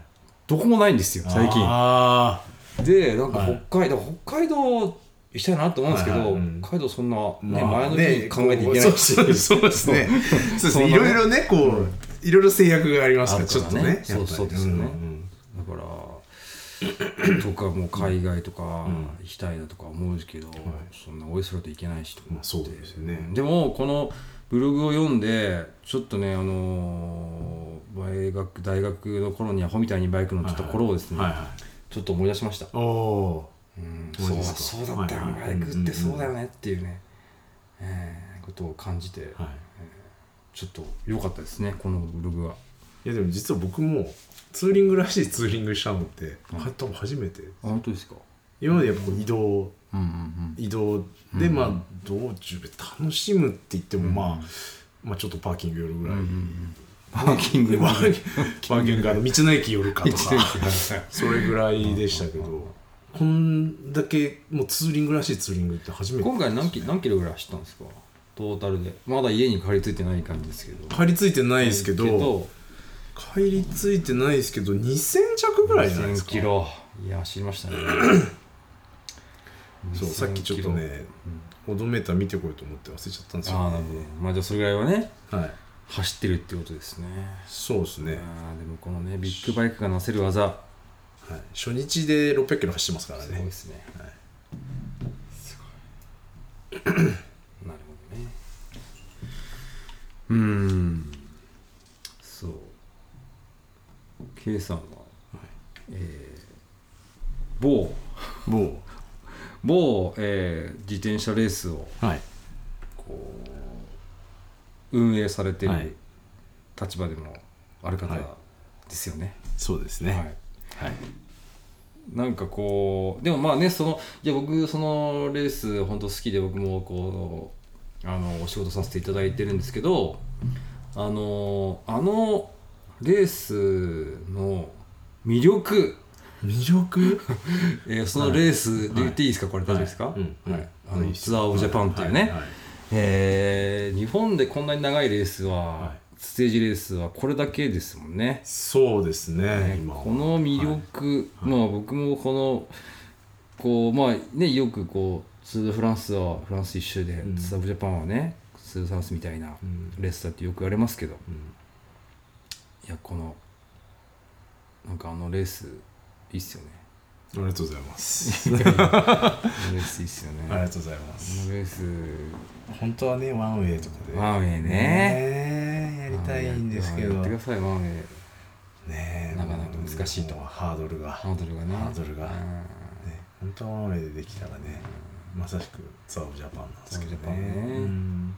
B: どこもないんですよ最近。
A: あ
B: でなんか
A: はい
B: 北海道、北海道行きたいなと思うんですけど、
A: はいはいうん
B: 北海道そんな、ね
A: ーまあ
B: 前の日に考えていけないし、
A: そうそうですねそうです
B: そ
A: ね
B: う
A: いろいろねこういろいろ制約がありますから
B: ある
A: ち
B: か
A: ょっ
B: ら
A: と
B: ね
A: ね
B: そうそうですよねだからとかもう海外とか
A: うん
B: 行きたいなとか思うんですけど、そんなおいそれといけないしと思
A: ま
B: っ
A: あ
B: て、
A: そうですよね
B: でもこのブログを読んでちょっとねあのー大学大学の頃にアホみたいにバイク乗ってた頃をですね、
A: はいは
B: ちょっと思い出しました
A: いおお
B: うん
A: マ
B: そ
A: ジで
B: う
A: すか
B: そうだったよ、
A: はい
B: バイクってそうだよねっていうね、えーことを感じて、
A: ーはい
B: ちょっと良かったですねこのブログは。
A: いやでも実は僕もツーリングらしいツーリングしたのっては多分初めて
B: あ本当ですか
A: 今までやっぱこう移動
B: うんうん
A: 移動でまあ道中で楽しむって言ってもまあまあちょっとパーキング寄るぐらい
B: パーキング
A: ワーゲンワーゲンがあの道の駅寄るかと
B: 一年
A: かそれぐらいでしたけどこんだけもうツーリングらしいツーリングって初めて
B: 今回何キ何キロぐらい走ったんですかトータルでまだ家に帰り着いてない感じですけど
A: 帰りついてないですけど帰りついてないですけど2000着ぐらいじゃないです
B: 2000
A: か
B: キロいや走りましたね
A: そうさっきちょっとねオドメーター見てこようと思って忘れちゃったんです
B: ああ
A: よ
B: なる
A: ね
B: ほどまあじゃあそれぐらいはね
A: はい
B: 走ってるってことですね
A: そうです
B: あ
A: ね
B: あでもこのねビッグバイクがなせる技
A: はい初日で600キロ走ってますから
B: すごい
A: ね
B: ですね
A: はい
B: すごいなるほどねうーんそう K さんは、えー某
A: も
B: 某、えー自転車レースを
A: うはい
B: こう運営されて
A: はい
B: る立場でもある方
A: はい
B: ですよね。
A: そうです
B: は
A: ね
B: い
A: はい
B: なんかこうでもまあねそのいや僕そのレース本当好きで僕もこうあのお仕事させていただいてるんですけどあのあのレースの魅力、
A: 魅力
B: えーそのレースで言っていいですか、これ大丈夫
A: で
B: ですか、
A: うんうん
B: はいあ
A: いい
B: の
A: っす
B: ツアー・オブ・ジャパンっていうね、
A: ははい
B: えー日本でこんなに長いレースは、
A: はい
B: ステージレースはこれだけですもんね。
A: そうですね
B: ね
A: 今は
B: この魅力、まあ僕もこのこうまあねよくこうツール・ドフランスはフランス一周で、
A: ん
B: ツーブ・ジャパンはねツール・フランスみたいな
A: うん
B: レースだってよく言われますけど、
A: うん
B: いやこのなんかあのレースいいっすよね。
A: ありがとうござい ます。
B: あのレースいいっすよね。
A: あり
B: あ
A: がとうございます。
B: のレース
A: 本当はね、ワンウェイとかで。
B: ワンウェイね。
A: ねえやりたいんですけど。
B: やってくだ
A: ね
B: さいワンウェイ。
A: え、
B: なかなか難しいと
A: もうハードルが。
B: ハードルがね。
A: ハードルが
B: うん
A: ね、本当はワンウェイでできたらね、まさしくツアーオブジャパンなんですけど
B: ツアーオブジャパンね
A: ね。うん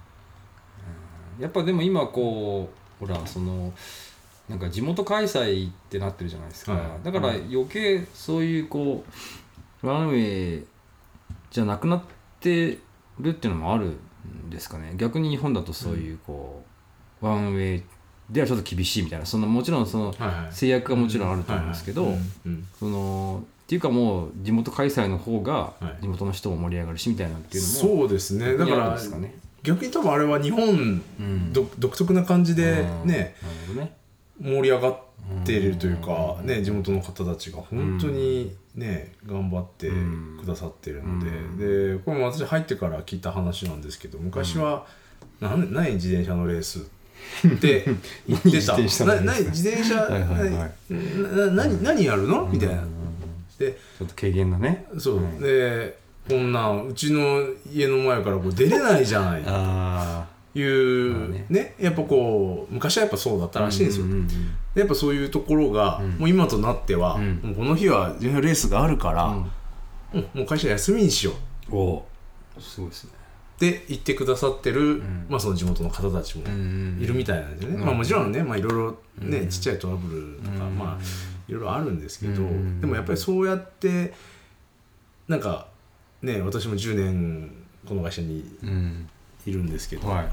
B: やっぱでも今こうほらそのなんか地元開催ってなってるじゃないですか、
A: はい
B: だから余計そういうこうランウェイじゃなくなってるっていうのもあるんですかね逆に日本だとそういうこう、ワンウェイではちょっと厳しいみたいなそのもちろんその
A: はいはい。
B: 制約がもちろんあると思うんですけど、
A: はいはいうん
B: そのっていうかもう地元開催の方が
A: はい
B: 地元の人も盛り上がるしみたいなっていうのも、
A: そうですね。だか
B: あるん
A: ら
B: ですかね
A: 逆に多分あれは日本
B: うん
A: 独独特な感じでね、
B: うんなるほどね
A: 盛り上がってるというか、ね、地元の方たちが本当にね、頑張ってくださってるので、でこれも私入ってから聞いた話なんですけど昔は、なん、ない自転車のレース って言ってた
B: 何自転車のレース
A: なない自転車
B: はいはいは
A: なな何何やるのみたいな。で
B: ちょっと軽減なね
A: そう、でこんなんうちの家の前からこう出れないじゃない
B: あ
A: いうねやっぱこう昔はやっぱそうだったらしいんですよ、
B: うんうん
A: やっぱそういうところが、もう今となっては、
B: ん
A: もうこの日はレースがあるから、うんもう会社休みにしようっ
B: うんおうすごいですね
A: て言ってくださってる、まあ、その地元の方たちも
B: ん
A: いるみたいなんですよね、まあ、もちろんね、まあ、いろいろ、ねちっちゃいトラブルとか、まあ、いろいろあるんですけど、
B: うん
A: でもやっぱりそうやってなんかね私も10年この会社に
B: うん
A: いるんですけど、
B: はい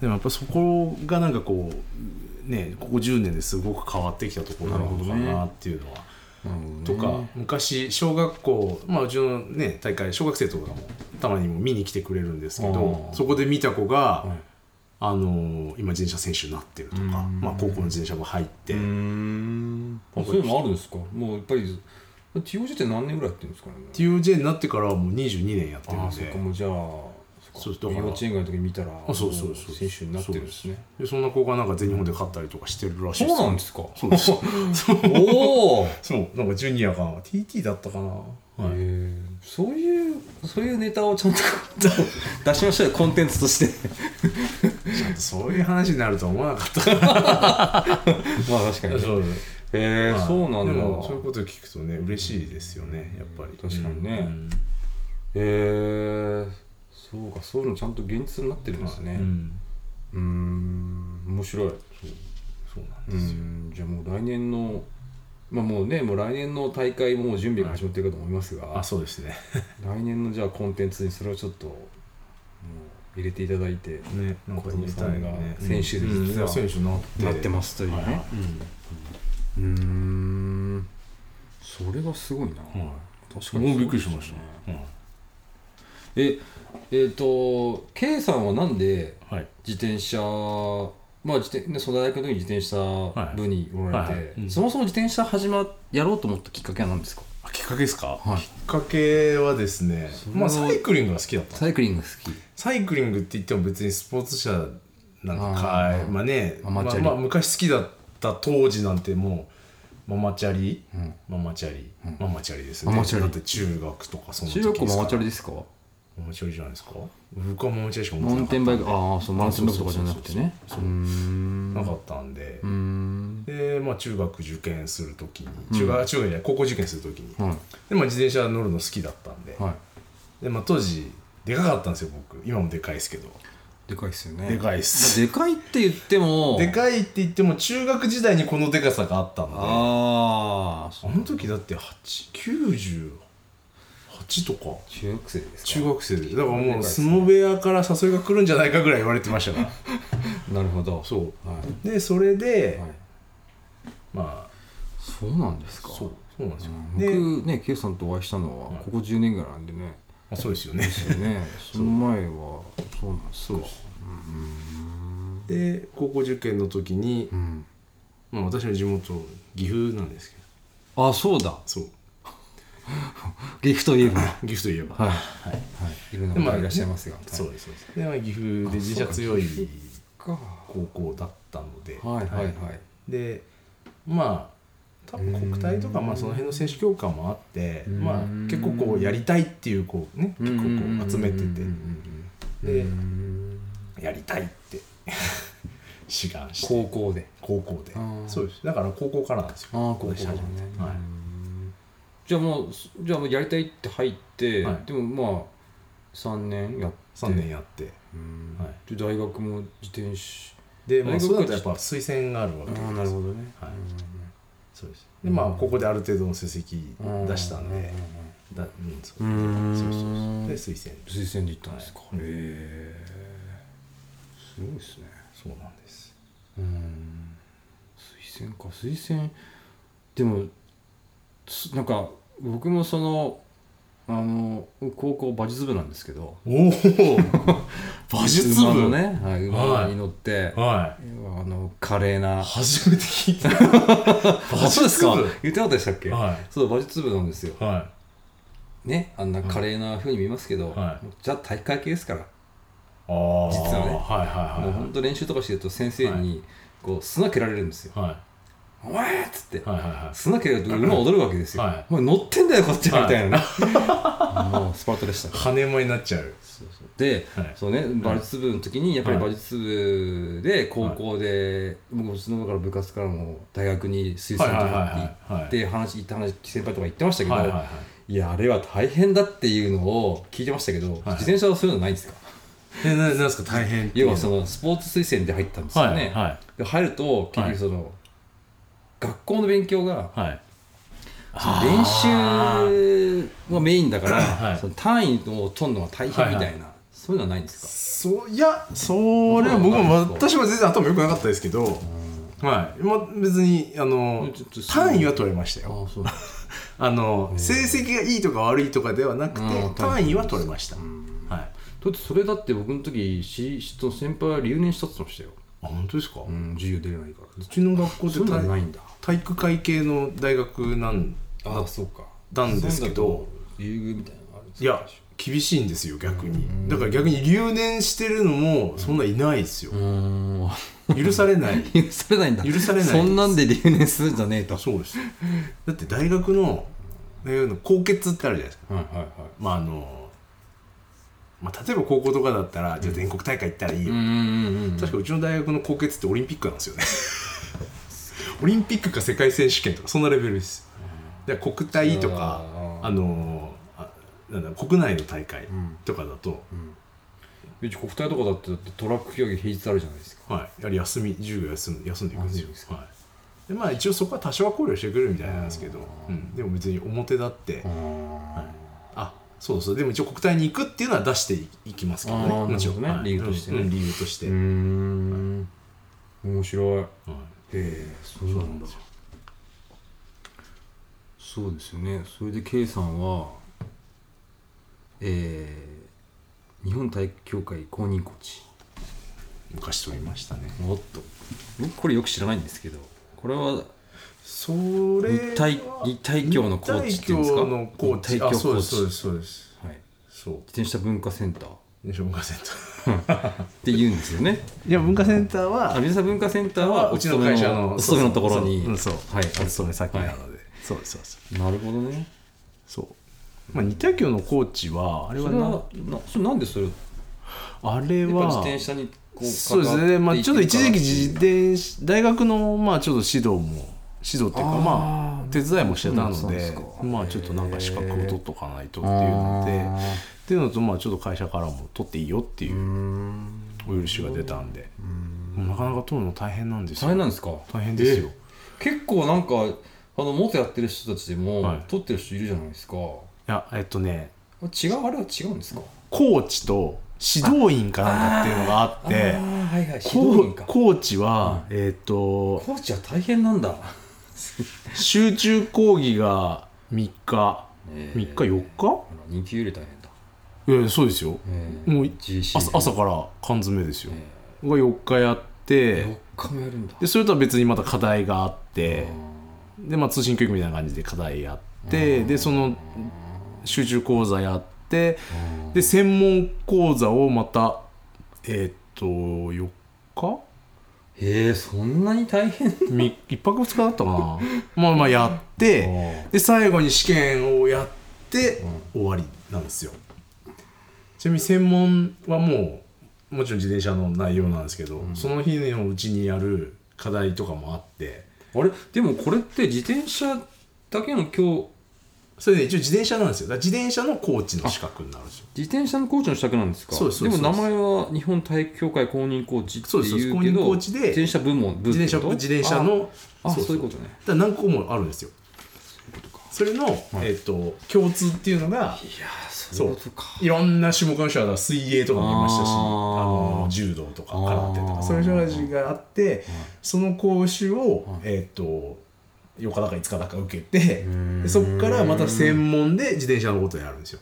A: でもやっぱそこがなんかこうねここ10年ですごく変わってきたところなのか
B: なるほど
A: な
B: ね
A: っていうのは。
B: なるほどね
A: とか、昔小学校まあうちのね大会小学生とかもたまにも見に来てくれるんですけど
B: あー
A: そこで見た子が、
B: はい
A: あのー今自転車選手になってるとか、
B: うん
A: まあ、高校の自転車も入って、
B: うーんあそういうのもあるんですかもうやっぱり TOG って何年ぐらいやってるんですかね
A: TOJ になってからはもう22年やってる
B: あ
A: ん
B: あそっ
A: で
B: かもうじゃあそ
A: そ
B: うっ
A: だ
B: か
A: か
B: 幼
A: ら
B: 稚園ぐらいの時に見たらも
A: あそうそうそう
B: 選手になってるんですね
A: でそんな子がなんか全日本で勝ったりとかしてるらし
B: そう
A: いです
B: なんですか
A: そうです
B: お お
A: そうなんかジュニアかな TT だったかな、はい
B: へえそういうそういうネタをちゃんと 出しましょうよコンテンツとして
A: ちょっとそういう話になるとは思わなかった か
B: まあ確かに
A: ら
B: へ
A: そうです
B: え
A: はい
B: そうなんだ
A: でもそういうこと聞くとね嬉しいですよねやっぱり
B: 確かにね
A: うん
B: へえそうかそういうのちゃんと現実になってるんですね
A: うん
B: うーん面白い
A: そうなん
B: う
A: ですよ、
B: んじゃあもう来年のまあもうねもう来年の大会ももう準備が始まってるかと思いますが、
A: あそうですね
B: 来年のじゃあコンテンツにそれをちょっともう入れていただいて
A: ねなんか入れたいよ
B: 子供さん
A: ね
B: が選手で
A: うん
B: 実は
A: 選手になって
B: なってますというね、
A: はいは
B: うーんそれがすごいな、
A: いはい
B: 確かに
A: もうびっくりしましたね、
B: ええっ、と K さんはなんで
A: うんはい
B: 自転車まあ自転ねその大学の時に自転車部におられて、
A: はいはいうん
B: そもそも自転車始まやろうと思ったきっかけは何ですか
A: あきっかけですか、
B: はい
A: きっかけはですね
B: れは
A: まあサイクリングが好きだった
B: サイクリング好き
A: サイクリングって言っても別にスポーツ車なんか
B: あー
A: まあね、ま
B: マ
A: あ
B: マチャリ
A: まあ昔好きだった当時なんてもうママチャリ、ママチャリ、ママチャリですね
B: ママチャリ
A: だって中学とかその時
B: 中
A: です
B: 学校ママチャリ
A: リ
B: ですか
A: ママチャリじゃないですか僕はママチャリしか持っ
B: マ
A: て
B: ウ
A: な
B: ンテンバイ
A: かった
B: クああそうマウンテンバイクとかじゃなくてねう
A: そ
B: ー
A: うそうそうそうんなかったんで、
B: うーん
A: で、まあ、中学受験するときに中学、中学じゃない高校受験するときに、
B: はい
A: でまあ、自転車乗るの好きだったんで,、
B: は
A: でまあ、当時でかかったんですよ僕今もでかいですけど
B: いでかいっすよね
A: でかいっす
B: でかいって言っても
A: でかいって言っても中学時代にこのでかさがあったのであ
B: ああそう
A: の時だって898とか
B: 中学生ですか
A: 中学生でだか
B: でか
A: らも
B: いうっ
A: ス
B: す
A: ノベアから誘いが来るんじゃないかぐらい言われてましたから
B: なるほど
A: そう
B: はい、
A: うでそれで、
B: はい、
A: ま
B: そうなんです
A: あ
B: か
A: そうそうなんですよ、で、ま
B: 僕ね、ケイさんとお会いしたのはここ10年ぐらいなんでね、
A: あ、そうですよね
B: ね、その前はそうなんですか。
A: で高校受験の時に、
B: うん、
A: まあ、私の地元岐阜なんですけど
B: あ、そうだ。
A: そう
B: ギフトイエブ。はい、
A: 岐阜といえば、
B: はい、いろんな方がいらっしゃいますが。
A: そうですそうですで、まあ、岐阜で自社強い
B: か。
A: 高校だったので
B: はい、はい、はい。
A: でまあ多分国体とかまあその辺の選手強化もあって、
B: うん
A: まあ、結構こうやりたいっていうこうね結構こう集めててでやりたいって 志願して
B: 高校で。
A: 高校で
B: あー
A: そうですだから高校からなんですよ
B: ああ、高校
A: 私
B: で
A: 始
B: ね
A: めて。
B: う
A: は
B: んじゃあ、もう、じゃあ、もうやりたいって入って、
A: はい
B: でも、まあ。三年やって。
A: 3年やって
B: うん
A: はい
B: で、大学も自転車。
A: で、まあ、
B: 大学
A: そうだとやっぱ推薦があるわけです
B: ほどね。
A: はいそうですでまあここである程度の成績出したんでだうんそううんそうそうそうで推薦
B: 推薦で行ったんですか、
A: はい
B: へえすごいですね
A: そうなんです
B: うん推薦か推薦でもすなんか僕もそのあの高校馬術部なんですけど
A: おお馬術部
B: 馬のね、はい、馬
A: はい
B: に乗って、
A: はい
B: あの華麗な
A: 初めて聞 いた馬
B: あそうですか
A: は
B: 言ってなかったでしたっけ、
A: い
B: そう馬術部なんですよ
A: は
B: ねあんな華麗なふうに見えますけど、
A: は
B: じゃあ体育会系ですから
A: いああ
B: 実はね
A: はいはい
B: もう本当練習とかしてると先生にこう砂蹴られるんですよ。
A: はい
B: お前っつって、
A: はいはいは
B: 砂蹴られると馬踊るわけですよ。
A: はい
B: お前乗ってんだよこっちは
A: はい
B: みたいなね。もうスパルタでした
A: い。跳ね馬になっちゃう
B: で、
A: はい
B: そうね馬術部の時にやっぱり馬術部で高校で、僕うちのから部活からも大学に推薦とかに行って話行った話先輩とか言ってましたけど、
A: はい
B: い
A: はいはい
B: やあれは大変だっていうのを聞いてましたけど、自転車はそういうのないんですか？
A: えななんですか大変っていう
B: 要
A: の
B: はそのスポーツ推薦で入ったんですよね。
A: はいは
B: で入ると結局その、学校の勉強が
A: いはい
B: その練習がメインだから、
A: はい
B: その単位を取るのが大変みたいな、
A: はい
B: そういうのはないんです
A: そういやそれは僕も私も全然頭良くなかったですけどはいまあ別にあの
B: ちょっと
A: 単位は取れました
B: か
A: よ
B: あそう
A: あの成績がいいとか悪いとかではなく
B: う
A: て
B: ん
A: 単位は取れました
B: ん
A: はいあ
B: だってそれだって僕の時しと先輩は留年したって言ってましたよ、
A: 本当ですか
B: うん、授業出れないから
A: うちの学校って
B: そういうのはないんだ
A: 体育会系の大学なん
B: ああそうか
A: なんですけど
B: そういうのだと優遇みたいなのがあるんです
A: いや厳しいんですよ逆にだから逆に留年してるのもそんないないですよ
B: うーん
A: 許されない
B: 許されないんだ
A: 許されない
B: そんなんで留年するんじゃねえと
A: そうですだって大学の大学の高血ってあるじゃないですか
B: はいはいはい
A: まああのまあ例えば高校とかだったらじゃあ全国大会行ったらいいよ
B: うんうんうん
A: 確かうちの大学の高血ってオリンピックなんですよね オリンピックか世界選手権とかそんなレベルですだから国体と
B: あ
A: か
B: ー
A: あのーあなんだ国内の大会
B: ん
A: とかだと、
B: うち国体とかだってだってトラック競技平日あるじゃないですか
A: はい、やはり休み授業休ん休んでいくんですよ
B: あそうですか
A: はい、でまあ一応そこは多少は考慮してくれるみたいなんですけど、うん、でも別に表立って、あそうそうでも一応国体に行くっていうのは出していいきますけどね
B: あー
A: もちろん
B: なるほどね
A: はい
B: 理由としてね
A: うんうん理由として、
B: うーん面白いへ
A: はい
B: えそうなんだそそうですよねそれで K さんはえー、日本体育協会公認コーチ
A: 昔とりましたね
B: おっと僕これよく知らないんですけどこれは
A: そ
B: 日
A: れ
B: 体日体協のコーチっていうんですか
A: 日体協のコーチ
B: 日体協
A: あ
B: コ
A: そうですそ
B: ー
A: う
B: チ
A: ですそうです
B: はい、
A: そう
B: 自転車文化センターっ
A: 西本文化センタ
B: て言うんですよね
A: ーいや文化センター
B: あ
A: は
B: 自転車文化センターは
A: は
B: お
A: うちの
B: 勤め
A: 会社
B: の
A: の
B: お勤めのところに
A: そうそうそう
B: はい
A: お勤め先
B: は
A: ないのでそうですそうです
B: なるほどね
A: そうまあ似た教のコーチはあれ
B: そ
A: は
B: れ
A: な
B: はなそれなんでそれ
A: あれ
B: やっぱ自
A: は
B: 転車にこう
A: そうですね、まあ、ちょっと一時期自転車大学のまあちょっと指導も指導っていうか
B: あー
A: まあ手伝いもし
B: そ
A: てた
B: う
A: の
B: なんで
A: です
B: か
A: まあちょっとなんか資格を取っとかないとっていうの
B: へ
A: で
B: ー
A: っていうのとまあちょっと会社からも取っていいよっていうう
B: ーん
A: お許しが出たんでもうなかなか取るの大変なんです
B: 大
A: よ
B: 変なんですか
A: 大変ですよ
B: え結構なんかあの元やってる人たちでも、
A: はい
B: 撮ってる人いるじゃないですかあ
A: いやえっとね
B: 違うあれは違うんですか
A: コーチと指導員かなんかっていうのがあっ
B: あ
A: て
B: ーはいはい指導
A: コ
B: 員
A: ー
B: か
A: コーチは、えっと
B: コーチは大変なんだ
A: 集中講義が3日
B: えー
A: 3日4日
B: あら二級より大変だ、
A: いやいやそうですよ
B: え
A: もう
B: GC
A: 朝朝から缶詰ですよ、
B: え
A: が4日やって
B: 4日もやるんだ
A: でそれとは別にまた課題があって
B: あー
A: で、まあ、通信教育みたいな感じで課題やってでその集中講座やって
B: あー
A: で専門講座をまたえーっと4日
B: えー、そんなに大変な
A: み一泊二日 だったかなまあまあやって
B: の
A: で最後に試験をやって終わりなんですよちなみに専門はもうもちろん自転車の内容なんですけど、その日のうちにやる課題とかもあって
B: あれでもこれって自転車だけの今日
A: それで一応自転車なんですよだから自転車のコーチの資格になるんですよ
B: 自転車のコーチの資格なんですか
A: そうですそう
B: で
A: です
B: も名前は日本体育協会公認コーチって
A: そうです
B: いうけど
A: 公認コーチで
B: 自転車部門部
A: 自転車自転車の
B: ああそういうことね
A: だから何個もあるんですよそれの、えっと共通っていうのが
B: いやーそういうことか
A: いろんな種目の人はだから水泳とかもいましたし
B: あ
A: あ
B: ー
A: の柔道とか空手と
B: あー
A: かそういう人たちがあってその講習を、えー、と4日だか5日だか受けて
B: ん
A: でそこからまた専門で自転車のことをやるんですよ。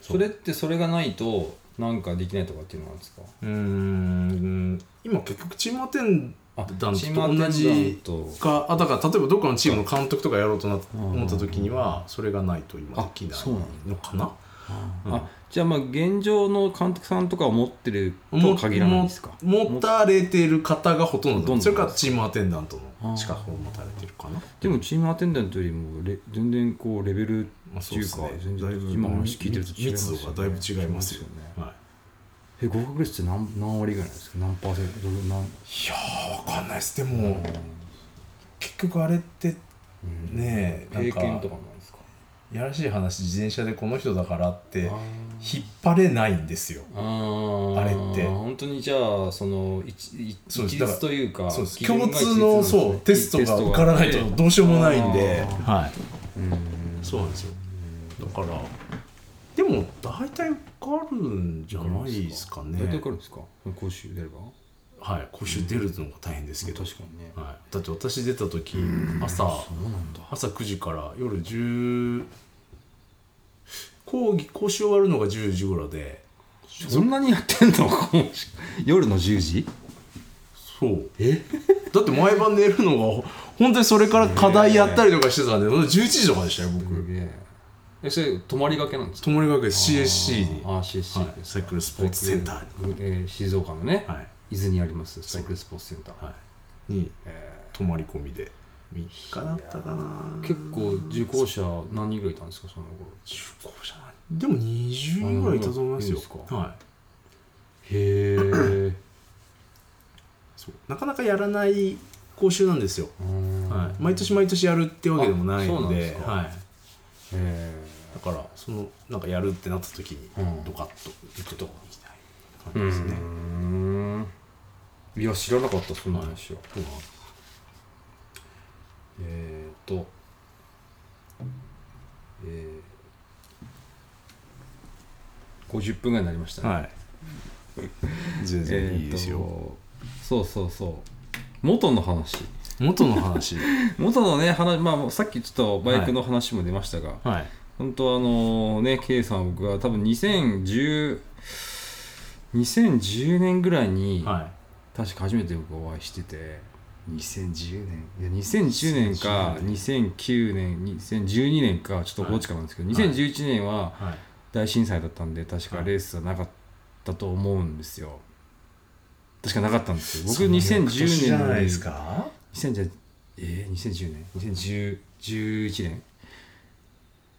B: それってそれがないとなんかできないとかっていうのなんですか
A: うーん今結局チームアテンダント
B: チームアテ
A: と
B: ンダ
A: 同
B: ン
A: じ
B: ト
A: かあだから例えばどっかのチームの監督とかやろうとな思った時にはそれがないと今できな
B: あ
A: い
B: そうなん
A: のかな
B: あじゃあまあ現状の監督さんとかを持ってるとは限らないんですか
A: も持たれてる方がほとん
B: ど
A: ど
B: んどん
A: それからチームアテンダントの資格を持たれてるかな
B: でもチームアテンダントよりもレ全然こうレベルっていうか、全
A: だい
B: 然
A: ぶ
B: 今の話聞いてると違いますよ
A: 密
B: ね
A: 度がだいぶ違いますよねは
B: え合格率って何何割ぐらいなんですか何パーセントどれ何
A: い、いやーわかんないですでも結局あれってねえなん
B: 経
A: か
B: 験とかなんですか
A: やらしい話自転車でこの人だからって引っ張れないんですよ
B: あー
A: あれって
B: 本当にじゃあその一一
A: そうです
B: 一律というか
A: そうです
B: 基準が一
A: 共
B: 律
A: 通
B: なん
A: の
B: ですね
A: そうテストが受からないとどうしようもないんではいそうなんですよだからでも大体受かるんじゃないですかね
B: 大体わかるんですか講習出れば
A: はい講習出るのが大変ですけど、
B: 確かにね
A: はい、だって私出た時朝
B: そうなんだ
A: 朝9時から夜10講義講習終わるのが10時頃で
B: そんなにやってんの 夜の10時
A: そう
B: え
A: だって毎晩寝るのがほ本当にそれから課題やったりとかしてたんで11時とかでしたよ僕
B: えそれ泊まりがけなんですか
A: 泊まりがけ CSC に、
B: あ
A: は
B: ー CSC
A: い、サイクルスポーツセンターに、
B: に、えー静岡のね、
A: はい
B: 伊豆にありますサイクルスポーツセンター、
A: はい、に泊まり込みで3日だったかな
B: 結構受講者何人ぐらいいたんですかその頃
A: 受講者何でも20人ぐらいいたと思いますよ
B: あいいですか
A: はい
B: へえ
A: そうなかなかやらない講習なんですよ、はい、毎年毎年やるってわけでもない
B: あそうな
A: の
B: ん
A: で
B: ですか
A: はい、
B: え
A: だからそのなんかやるってなった時に
B: うん
A: ドカッと行くとみたいな
B: う
A: 感じですね、
B: ーんいや知らなかったそんな話は、
A: うん
B: えーとえー、50分ぐらいになりましたね、
A: はい全
B: えー
A: 然
B: と
A: いいですよ、
B: そうそうそう元の話
A: 元の話
B: 元のね話、まあ、さっきちょっとバイクの話も出ましたが、
A: はい
B: 本当あのね K さんは僕は多分2010 2010年ぐらいに、
A: は
B: 確か初めて僕お会いしてて2010年いや2010年か2009年2012年かちょっとどっちかなんですけど、
A: はい
B: 2011年はい
A: はい
B: 大震災だったんで確か
A: はい
B: レースはなかったと思うんですよ確かなかったんですよ僕
A: その
B: 2010
A: 翌年じゃないで
B: 年
A: す
B: に
A: か
B: 2000じゃえー、2010年2011年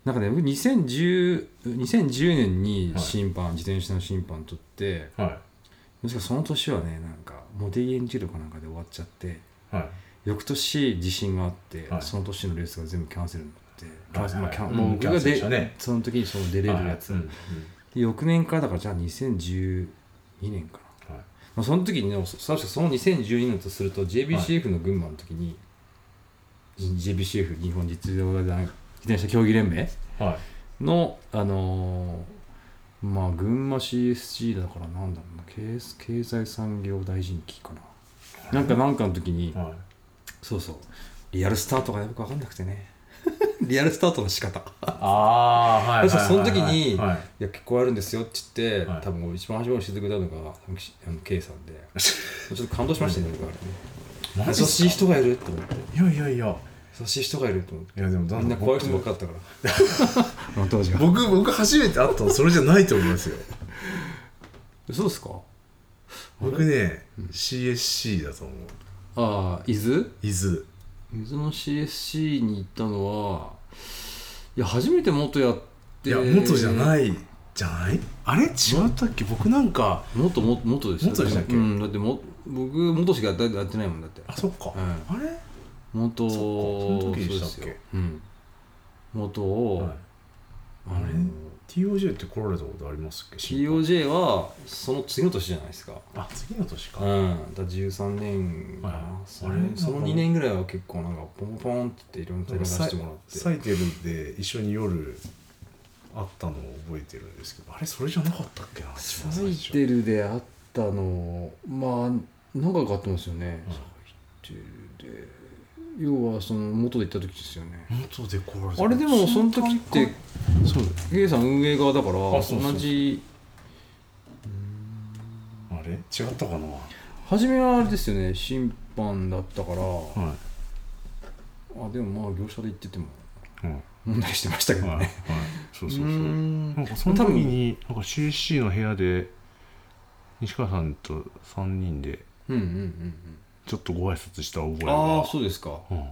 B: なんかね僕2010 2010年に審判、自転車の審判取って
A: は
B: もしかその年はねなんかモデルエンジェルかなんかで終わっちゃって
A: いはい
B: 翌年地震があって、
A: はい
B: その年のレースが全部キャンセルになって、キャンセルまあキャン
A: うん
B: もう僕
A: キャ
B: が
A: ンセルし
B: で、
A: たね
B: その時にその出れるやつ、
A: はいうん
B: で翌年からだからじゃあ2012年かな
A: うんはい
B: まあ、その時にね、そ確かその2012年とすると JBCF の群馬の時に、JBCF 日本実業団自転車競技連盟
A: はい
B: の、あのーまあ群馬 CSG だからなんだろうな経経済産業大臣期かな、なんかなんかの時に、
A: はい
B: そうそうリアルスタートがよく分かんなくてね リアルスタートの仕方
A: ああーはいはい
B: 確かその時に
A: はいはい
B: いや結構あるんですよって言って、
A: はい
B: 多分一番初めに教えてくれたのが多分きあの K さん でちょっと感動しましたね僕はあれね
A: マジ
B: 優
A: っすか
B: しい人がいると思って
A: いやいやいや
B: 優しい人がいると思って
A: いやでもだ
B: みんな怖い人ばっ
A: 僕
B: かだったからあ の当時は
A: 僕僕初めて会ったのそれじゃないと思いますよ
B: そうですか
A: 僕ね CSC だと思う
B: ああ伊豆
A: 伊豆
B: 伊豆の CSC に行ったのはいや初めて元やって
A: いや元じゃ
B: い
A: ないじゃないあれ違ったっけ僕なんか
B: 元も元ですよ
A: 元でしたっけ
B: うん、だっても僕元しかやってやってないもんだって
A: あそっか
B: うん
A: あれ
B: 元
A: そっかその時でしたっけ
B: そうですようん元を、
A: はい
B: あの
A: あれ TOJ って来られたことありますっけ
B: TOJ はその次の年じゃないですか
A: あ次の年か
B: う
A: はい
B: ん、だ13年かな、
A: はい
B: そ
A: あれ
B: れその2年ぐらいは結構なんかポンポンっていろんな手
A: な
B: 出
A: んか
B: し
A: サイ
B: てもらって
A: サイテルで一緒に夜会ったのを覚えてるんですけどあれそれじゃなかったっけな一番
B: サ
A: 最
B: イ
A: 初
B: テルであったのまあ何回かあってますよね、
A: うん
B: サイテルで要はその元で行った時ですよね
A: 元で来られた
B: あれでもその時って
A: そうだ
B: K さん運営側だから
A: あそうそう
B: 同じ
A: あれ違ったかな
B: 初めはあれですよね審判だったから、
A: は
B: あでもまあ業者で行ってても
A: い、うん
B: 問題してましたけど
A: はい、はい
B: ね、
A: そうそうそう
B: ー
A: うんなんかその時になんか CSC の部屋で西川さんと3人で
B: うんうんうんうん
A: ちょっとご挨拶した覚えが
B: ああそうですか
A: うん、あれ違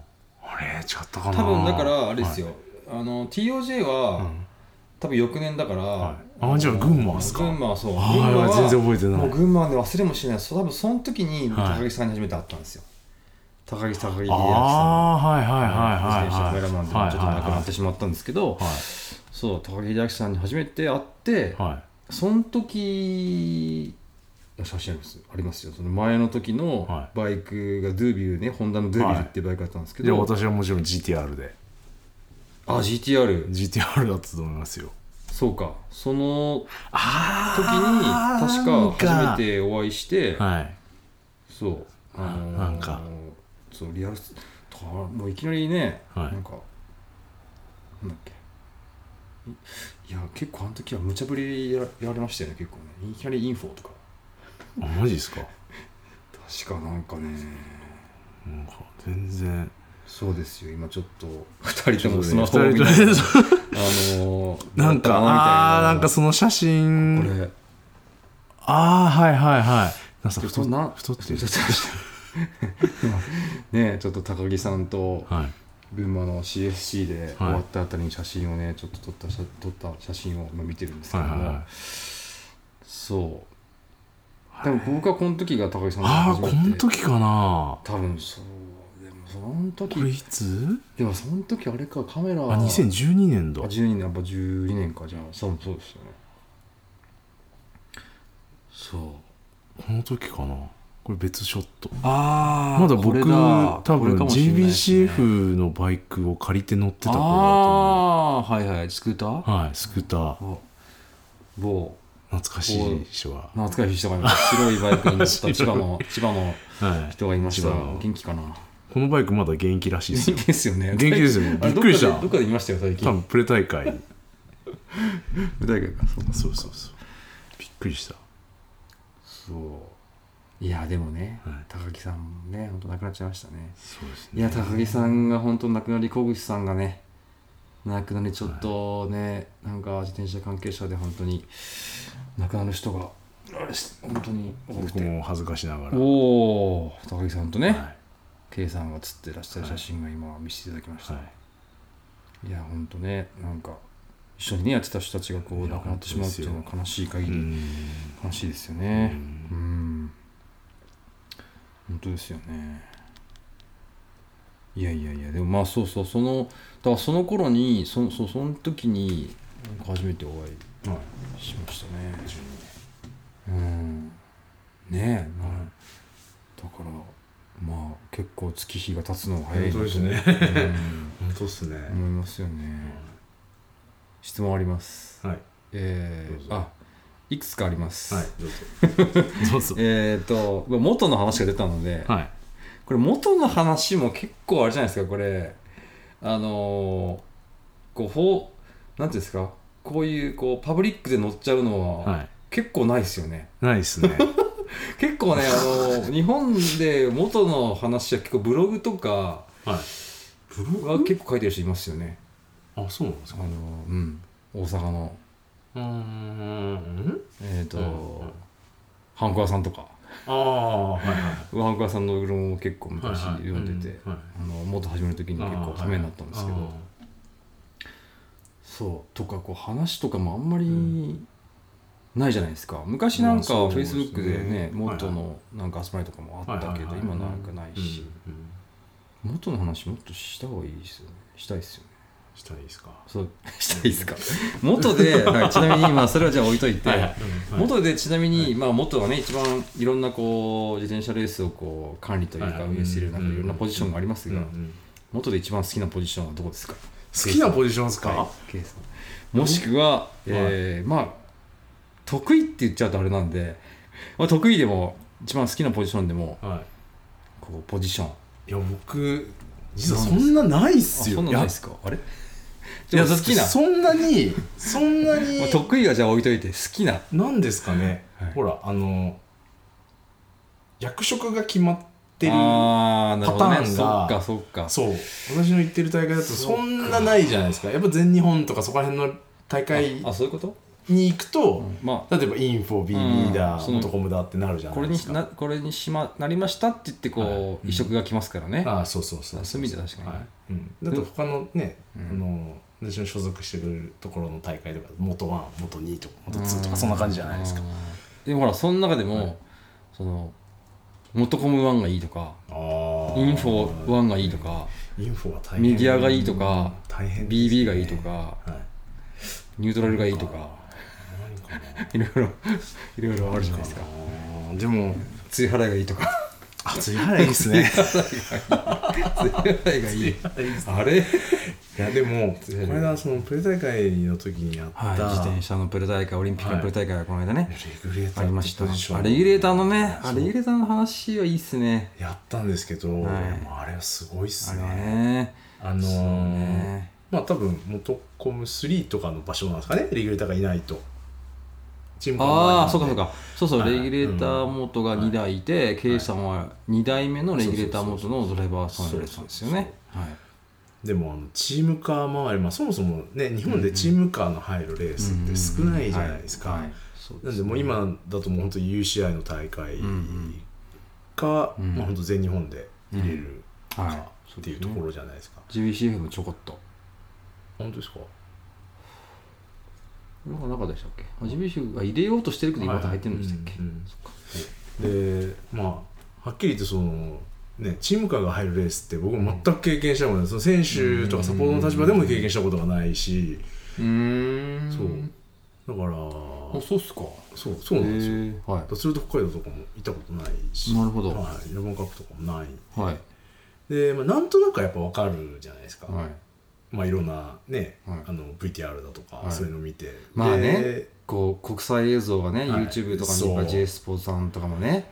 A: ったかな
B: 多分だからあれですよ、あの TOJ は、
A: はいうん
B: 多分翌年だから、
A: いあじゃあ群馬っすか
B: 群馬はそう群馬
A: あ
B: は
A: ー全然覚えてな
B: も
A: いう
B: 群馬はね忘れもしないそう多分その時に
A: はい
B: 高木さんに初めて会ったんですよ、高木高木秀明さん
A: ああはいはい
B: 自転車カメ
A: はいはい
B: ラマンでも
A: はい
B: ちょっと亡くなってしまったんですけど、
A: はい
B: そう高木秀明さんに初めて会って、
A: はい
B: その時いや写真ありますありますよその前の時の
A: は
B: バイクがドゥービルねホンダのドゥービルっていうバイクだったんですけ
A: じゃあ
B: ど、
A: 私はもちろん GTR で
B: あ GTR
A: GTR だったと思いますよ
B: そうかその時に
A: あ
B: 確
A: なん
B: か初めてお会いして、
A: はい
B: そうあのー
A: なんか
B: そうリアルスとかもういきなりね、
A: はい
B: なんかなんだっけいいや結構あの時は無茶ぶりやらやられましたよね結構ねいきなりインフォとか
A: あマジですか
B: 確かなんかね
A: なんか全然
B: そうですよ今ちょっと2人ともス
A: 二
B: マ
A: 人
B: ホを
A: と
B: 見て
A: り
B: あ
A: あえず
B: のー
A: なんか
B: やった
A: ああーなんか
B: み
A: その写
B: たい
A: 真
B: なこれ
A: ああはいはいはいなんか
B: で
A: 太
B: こんな
A: 太っ てる
B: ちょっとねちょっと高木さんと
A: はい
B: 群馬の CSC で終わったあたりに写真をねちょっと撮った写撮った写真を今見てるんですけ
A: は
B: ど
A: い
B: も、
A: はいはい
B: そうでも僕はこの時が高木さんと
A: ああこ
B: 初め
A: の
B: て
A: 時かな
B: 多分そうでもその
A: これい
B: 時
A: つ
B: でもその時あれかカメラ
A: あ2012年だ
B: あ12年やっぱ12年かじゃあそうそうですよねそう
A: この時かなこれ別ショット
B: あ
A: まだ僕多分
B: っ
A: JBCF のバイクを借りて乗ってた頃だと思う
B: ああはいはいスクーター
A: はいスクーター
B: あ某
A: 懐かしい人は
B: 懐かしい人がいました白いバイクに乗った千葉の千葉の
A: はい
B: 人がいました
A: 千葉の
B: 元気かな
A: このバイクまだ現役らしいで
C: 人
A: すよ
C: 気ですよね
A: 元気ですよね
C: あれ
A: びっくりした
C: どっかでどっかで見ましたよ最
A: 多
C: 近
A: 分プレ大会
B: 舞台がそう
A: そうそうそうびっくりした
B: そういやでもね、
A: はい
B: 高木さんもね本当亡くなっちゃいましたね
A: そうです
B: いや高木さんが本当亡くなり小口さんがね亡くなりちょっとね、なんか自転車関係者で本当に亡くなる人があれし本当に多く
A: 僕
B: て
A: も恥ずかしながら
B: おお高木さんとね、
A: はい
B: K さんが写ってらっしゃる写真が今見せていただきました、、
A: はい
B: や本当ねなんか一緒にねやってた人たちがこう
A: いや
B: 亡くなってしまうっていうの
A: 本
B: は悲しい限
A: い、う
B: り、
A: ん
B: 悲しいですよねうん本当ですよねいやいやいやでもまあそうそうそのだからその頃にそそその時になんか初めてお会
A: はい
B: いしましたねうんねえ、まあだからまあ結構月日が経つのが早いなと
A: 本当ですね
B: うん
A: 本当っすね、
B: 思いますよね質問あります
A: はい
B: え
A: どう
B: ー、
A: ぞ
B: あいくつかあります、
A: はいどうぞどうぞ
B: えー、とまあ元の話が出たので、
A: はい
B: これ元の話も結構あれじゃないですかこれあのー、こうほうなんていうんですかこういうこうパブリックで乗っちゃうのは、
A: はい
B: 結構ないですよね
A: ないですね
B: 結構ねあの ー日本で元の話は結構ブログとか
A: はい
B: は結構書いてる人いますよね
A: あそうなんです
B: あ
A: か
B: のーうん大阪の
A: うーん
B: えっ、ー、と、
A: うんうん
B: ハンコ屋さんとか
A: ああはいはい
B: ハンコ屋さんのブログも結構
A: はい
B: 昔
A: はい
B: 読んでて、
A: うんはい
B: あの元始める時に結構ためになったんですけど、
A: あーはい
B: そうとかこう話とかもあんまりないじゃないですか昔なんかフ
A: まあ
B: ェ
A: そう
B: イ
A: です
B: ス
A: ね
B: ブックでね
A: はいはい
B: 元のなんか集まりとかもあ
A: あー
B: ったけど
A: はいはいはい
B: 今なんかないし
A: うんうん
B: 元の話もっとした方がいいですよねしたいですよね
A: したらいいですか
B: そうしたいですか元で、はい、ちなみにまあそれはじゃあ置いといて、
A: はい
B: 元でちなみに、まあ元はね一番いろんなこう自転車レースをこう管理という
A: はい
B: か
A: はい
B: 運営しているなんか
A: うん
B: いろんなポジションがあります
A: うんう
B: が、
A: ん
B: 元で一番好きなポジションはどこですか
A: 好きなポジションですか
B: はいケイさんもしくは、えーまあ得意って言っちゃうとあれなんで、まあ、得意でも一番好きなポジションでも
A: は
B: こうポジションあ
A: いいや僕実はそんなないっすよ
B: そんなんないですかあれ
A: い
B: じゃ
A: や
B: あ
A: だ
B: 好
A: って
B: きな、
A: そんなにそんな
B: まあ、
A: に
B: 得意はじゃあ置いといて好きな
A: なんですかね、
B: はい
A: ほらあの役職が決まってる
B: あーなるほどね
A: パター
B: そっ
A: ンが
B: かそっか
A: そう私の行ってる大会だと
B: そう
A: そ
B: か
A: んなないじゃないですかやっぱ全日本とかそこら辺の大会
B: あそういうこと、
A: に行くと、
B: ま
A: 例えばインフォ B リ
B: うん
A: ーダー
B: その
A: 元コムだってなるじ
B: あ
A: ゃな
B: これ
A: いで
B: に
A: すか
B: なこれにしまなりましたって言ってこう、
A: はいうん
B: 移植が来ますからね
A: ああそうそうそう
B: そういう意味では確かにね
A: はいうん、だと他のね、
B: うん
A: あの私の所属してるところの大会とか元1元2とか元
B: ツー
A: 2とかそんな感じじゃないですか
B: でもほらその中でも、その元コム1がいいとか
A: あー
B: インフォ1がいいとか
A: インフォは大変
B: メディアがいいとか
A: 大変ですね
B: BB がいいとか
A: はい
B: ニュートラルがいいとか
A: 何かない
B: ろいろいろいろあるじゃないですか
A: あーでも
B: 露払いがいいとか
A: あ釣り払いですね
B: 露払いがいいあれ
A: いやでもこの間そのプレ大会の時にやった、
B: はい自転車のプレ大会オリンピックのプレ大会はこの間ね、
A: レギュレータ
B: あ
A: ー
B: り
A: の
B: ま
A: ポ
B: した
A: ジション
B: あレギュレーターのね
A: そう
B: あレギュレーターの話はいいっすね
A: やったんですけど、
B: はい
A: もうあれはすごいっ
B: あ
A: す
B: れ
A: ね
B: はね
A: あのー
B: そうね
A: まあ多分元コム3とかの場所なんですかねレギュレーターがいないとチーム
B: ああそうかそう
A: か
B: かそうそう
A: はい
B: レギュレーター元が2台いて K さんは2台目のレギュレーター元のドライバーさんだったんですよねはい
A: でもあのチームカー周り、まあ、そもそもね日本でチームカーの入るレースって少ないじゃないですか、
B: はいはいそう
A: な
B: で
A: ん
B: す
A: でもう今だともう本当 UCI の大会か、
B: うんうん
A: まあ本当全日本で入れる
B: は
A: かっていうところじゃないですか、
B: い GBCF もちょこっと
A: 本当ですか
B: なんか中でしたっけあ GBCF は入れようとしてるけど今また入ってるんでしたっけ
A: うんうんうん
B: そっか
A: でまあはっきり言ってそのねチームカーが入るレースって僕も全く経験したことないその選手とかサポートの立場でも経験したことがないし
B: うーん
A: そうだから
B: あそうっすか
A: そうそうなんですよ
B: へーは
A: だそれと北海道とかも行ったことないし
B: なるほど
A: はい、レモンカップとかもない
B: いはい
A: で、まあ、なんとなくやっぱ分かるじゃないですか、
B: はい
A: まあいろんなね、
B: はい
A: あの VTR だとか、
B: はい
A: そういうの見て
B: まあね
A: で
B: こう国際映像がね
A: はい
B: YouTube とか
A: そう
B: に J スポーツさんとかもね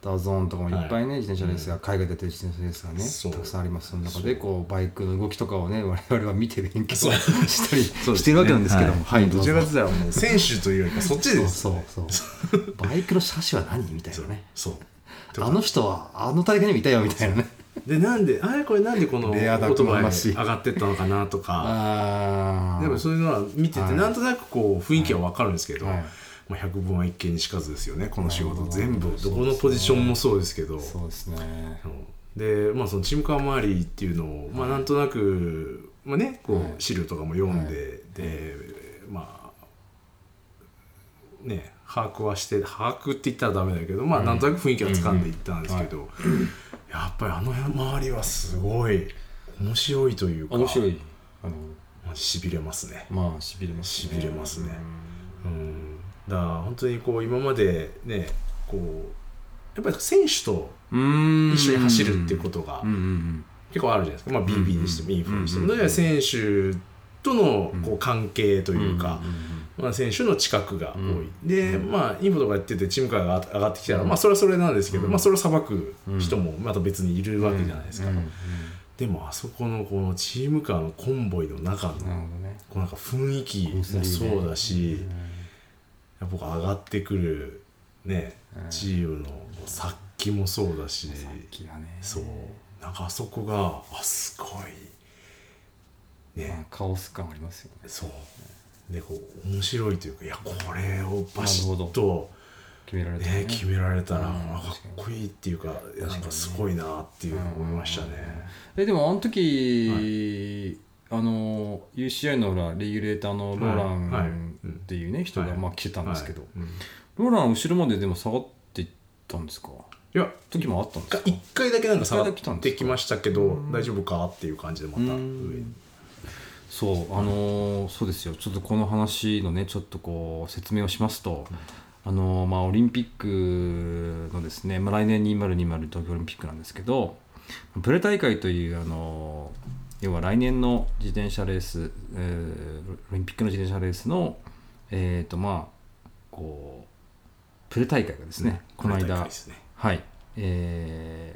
B: ダゾーンとかもいっぱいね、自転車レースが、海外でやってる自転車レースが
A: そう
B: ねたくさんありますその中
A: そ
B: で
A: う
B: こうバイクの動きとかをね我々は見て勉強
A: そう
B: したり
A: そうですね
B: してるわけなんですけどもはいど
A: ど
B: う
A: ち
B: ぞ
A: らかと言ったらもう選手というよりかそっちです
B: そうそうそうバイクの車種は何みたいなね
A: そうとか
B: あの人はあの大会にもいたよみたいなね
A: でなんであれこれなんでこの
B: レアだ
A: オートバイ
B: 好ましい
A: 上がってったのかなとか
B: あー
A: でもそういうのは見て
B: は
A: て
B: い
A: なんとなくこう雰囲気は分かるんですけど、
B: はい
A: まあ、100分は一見にしかずですよねこの仕
B: なる
A: 事
B: ほど
A: 全部
B: そう
A: ど
B: ですね
A: このポジションもそうですけど
B: そうですね
A: で、まあ、そのチームカー周りっていうのを、まあ、なんとなく、まあね、こ
B: はいう
A: 資料とかも読ん
B: は
A: で、で、まあね把握はして把握って言ったらダメだけど、まあ、なんとなく雰囲気はつかんでいったんですけど、やっぱりあの周りはすごい面白いというか
B: 面白いあの
A: しびれますね。
B: まあしびれます
A: 痺れますねうん、だから本当にこう今までねこうやっぱり選手と
B: うん
A: 一緒に走るっていう
B: と
A: ことが
B: うんうんうん
A: 結構あるじゃないですか、まあ、BB にしてもインフォにして
B: う
A: も
B: ん
A: だから選手とのこう関係と
B: と
A: いうか、まあ、選手の近くが多い、で、まあ、インフォとかやっててチームからが上がってきたら、まあ、それはそれなんですけど、まあ、それを裁く人もまた別にいるわけじゃないですか、でもあそこのこのチームカーのコンボイの中の
B: なるほどね
A: こうなんか雰囲気もそうだし、やっぱ僕上がってくる、ね
B: うん
A: チームの殺気もそうだし、
B: さっきはね
A: そうなんかあそこがあすごいね、
B: まあカオス感ありますよね
A: そうでこう面白いというかいやこれをバシ
B: なる
A: ッ
B: ほ
A: と、
B: 決められたら
A: ね、決められたら
B: うん
A: なんかかっこいいっていうかいやなんかすごいなっていうのを思いましたね。
B: えでもあの時、あの UCI のほらレギュレーターのローラ
A: はいはい
B: ンっていうね、人が
A: はい
B: まあ来てたんですけど、
A: はいうんい
B: ローラン後ろまででも下がっていったんですか
A: や
B: 時もあったんですか
A: 一回だけなんか下がっ
B: 一回だけ来たん
A: て
B: ですか
A: きましたけど大丈夫かっていう感じでまた上に
B: そうあのーそうですよちょっとこの話のねちょっとこう説明をしますと、あのーまあオリンピックのですね、まあ、来年2020東京オリンピックなんですけどプレ大会というあのー要は来年の自転車レース、えーオリンピックの自転車レースのえっ、とまあこうプレ大会がですね、この
A: これ大
B: 間
A: 会ですね
B: はいえ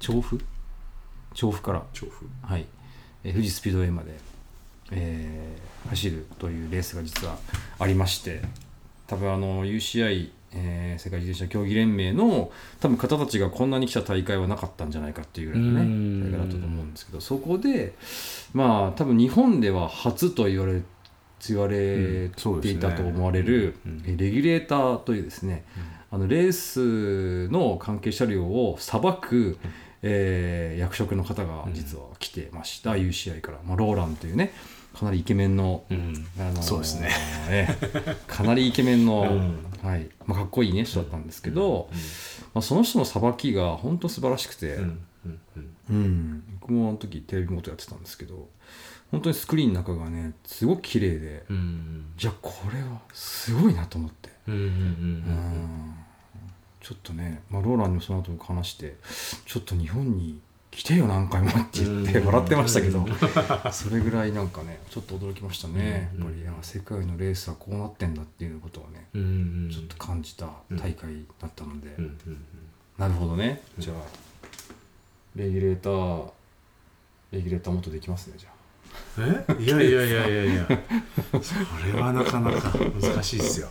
B: ー調布調布から
A: 調布
B: はい、えー富士スピードウェイまで、えー走るというレースが実はありまして多分あの UCI、えー世界自転車競技連盟の多分方たちがこんなに来た大会はなかったんじゃないかっていうぐらいの
A: う
B: ね
A: ん
B: 大会だったと思うんですけどそこでまあ多分日本では初と言われ言われ
A: そう
B: て
A: です
B: い
A: ね
B: たと思われる、
A: うん
B: えーレギュレーターというですね、あのレースの関係車両を裁く、えー役職の方が実は来てました、UCI から、まあ、ローランというねかなりイケメンの、
A: うん
B: あのー
A: そうですね
B: ええかなりイケメンの、
A: う
B: はいまあ、かっこいい、ね、人だったんですけど、まあ、その人のさばきが本当素晴らしくて、
A: うんうんうん
B: うん僕もあの時テレビ元やってたんですけど本当にスクリーンの中がねすごく綺麗で、
A: うん
B: じゃあこれはすごいなと思って。
A: うんうんうん
B: ちょっとね、まあ、ローランにもその後も話してちょっと日本に来てよ何回もって言って
A: うん
B: 笑ってましたけどそれぐらいなんかねちょっと驚きましたねやっぱりいや世界のレースはこうなってんだっていうことをね
A: うんうん
B: ちょっと感じた大会だったので、
A: うんうん
B: なるほどねじゃあレギュレーターレギュレーターもっとできますねじゃあ
A: えいやいやいやいやいやそれはなかなか難しいですよ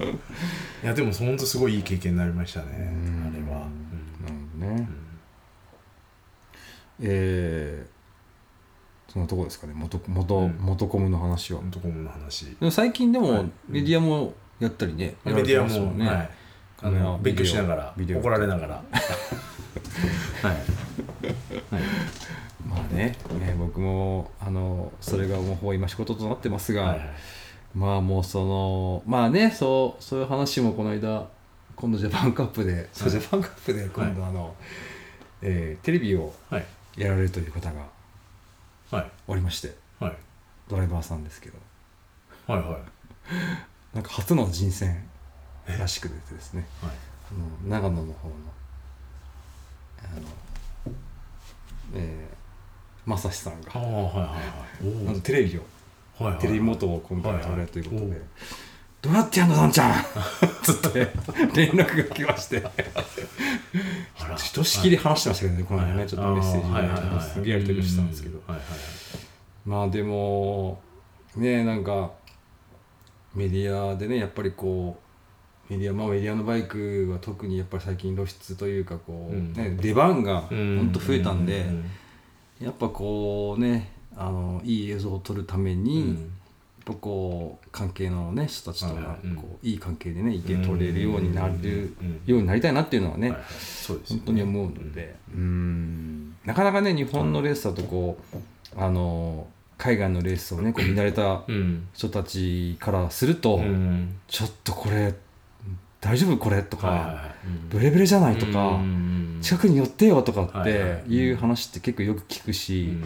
A: いやでも本当すごいいい経験になりましたねあ
B: うん
A: れは
B: なるほどね、えーそんなとこですかね元元,、
A: うん
B: 元コムの話は、
A: 本当この話
B: でも最近で
A: は
B: も
A: い
B: メディアもやったりね、
A: メ
B: やられ
A: デ
B: て
A: ィア
B: ます
A: も
B: んね
A: はいあ
B: カメラ
A: の勉強しながら
B: ビデオ
A: 怒られな がらはい
B: まあねね僕もあのそれがもう今仕事となってますが、
A: はいはい
B: まあもうそのまあねそうそういう話もこの間今度ジャパンカップで、そうジャパンカップで今度あの、えーテレビを
A: はい
B: やられるという方が
A: はい
B: おりまして
A: はい
B: ドライバーさんですけど
A: はいはいはい
B: なんか初の人選らしく出てですねあの長野の方のあのえー、正志さん
A: あ
B: が
A: あはいはいはいお
B: あのテレビを
A: ーはいはい
B: テレビ元を今回取られるということで、
A: はいはい
B: どうやってやんのなんちゃ ん」つって 連絡が来まして
A: あら
B: ひとしきり話してましたけどねこの間ねちょっとメッセージ
A: あはいはいはい
B: ですげえやり取りしてたんですけど
A: はいはいはい
B: まあでもねなんかメディアでねやっぱりこうメディアまあメディアのバイクは特にやっぱり最近露出というかこう、
A: うん
B: ね、出番がほ
A: うん
B: んと増えたんで、
A: うん
B: やっぱこうねあのいい映像を撮るために、
A: うん
B: やっぱこう関係のね人たちと
A: はいは
B: が
A: いうん
B: こういい関係でね意見取れるようになるようになりたいなっていうのはね、
A: はいはいそうです
B: 本
A: よね
B: 当に思うので、うんなかなかね日本のレースだとこうあの海外のレースをねこう見慣れた
A: うん
B: 人たちからすると、
A: うん
B: ちょっとこれ大丈夫これとか、
A: はいはいはいうん
B: ブレブレじゃないとか、
A: うん
B: 近くに寄ってよとかっ
A: はいは
B: て
A: い
B: いう話って結構よく聞くし、
A: うん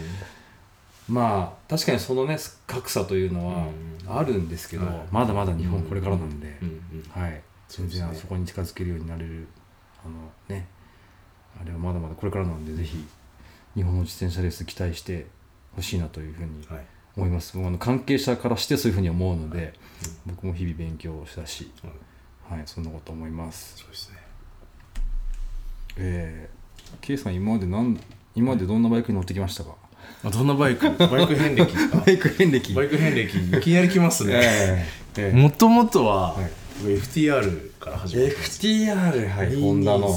B: まあ確かにそのね格差というのはあるんですけど、
A: はい
B: まだまだ日本これからなんで、
A: うんうん
B: はい全然あそこに近づけるようになれるあのねあれはまだまだこれからなんでぜひ日本の自転車レース期待してほしいなというふうに
A: はい
B: 思います、もうあの関係者からしてそういうふうに思うので、僕も日々勉強したし、
A: うん
B: はい、そんなこと思います
A: そうですね
B: えー、K さん今までなん今までどんなバイクに乗ってきましたか
A: あどんなバイクバイク遍歴ですか
B: バイク遍歴
A: バイク遍歴いきなり来ますね
B: えーえー
A: もともとは
B: はい
A: FTR から始まって
B: FTR はいホンダの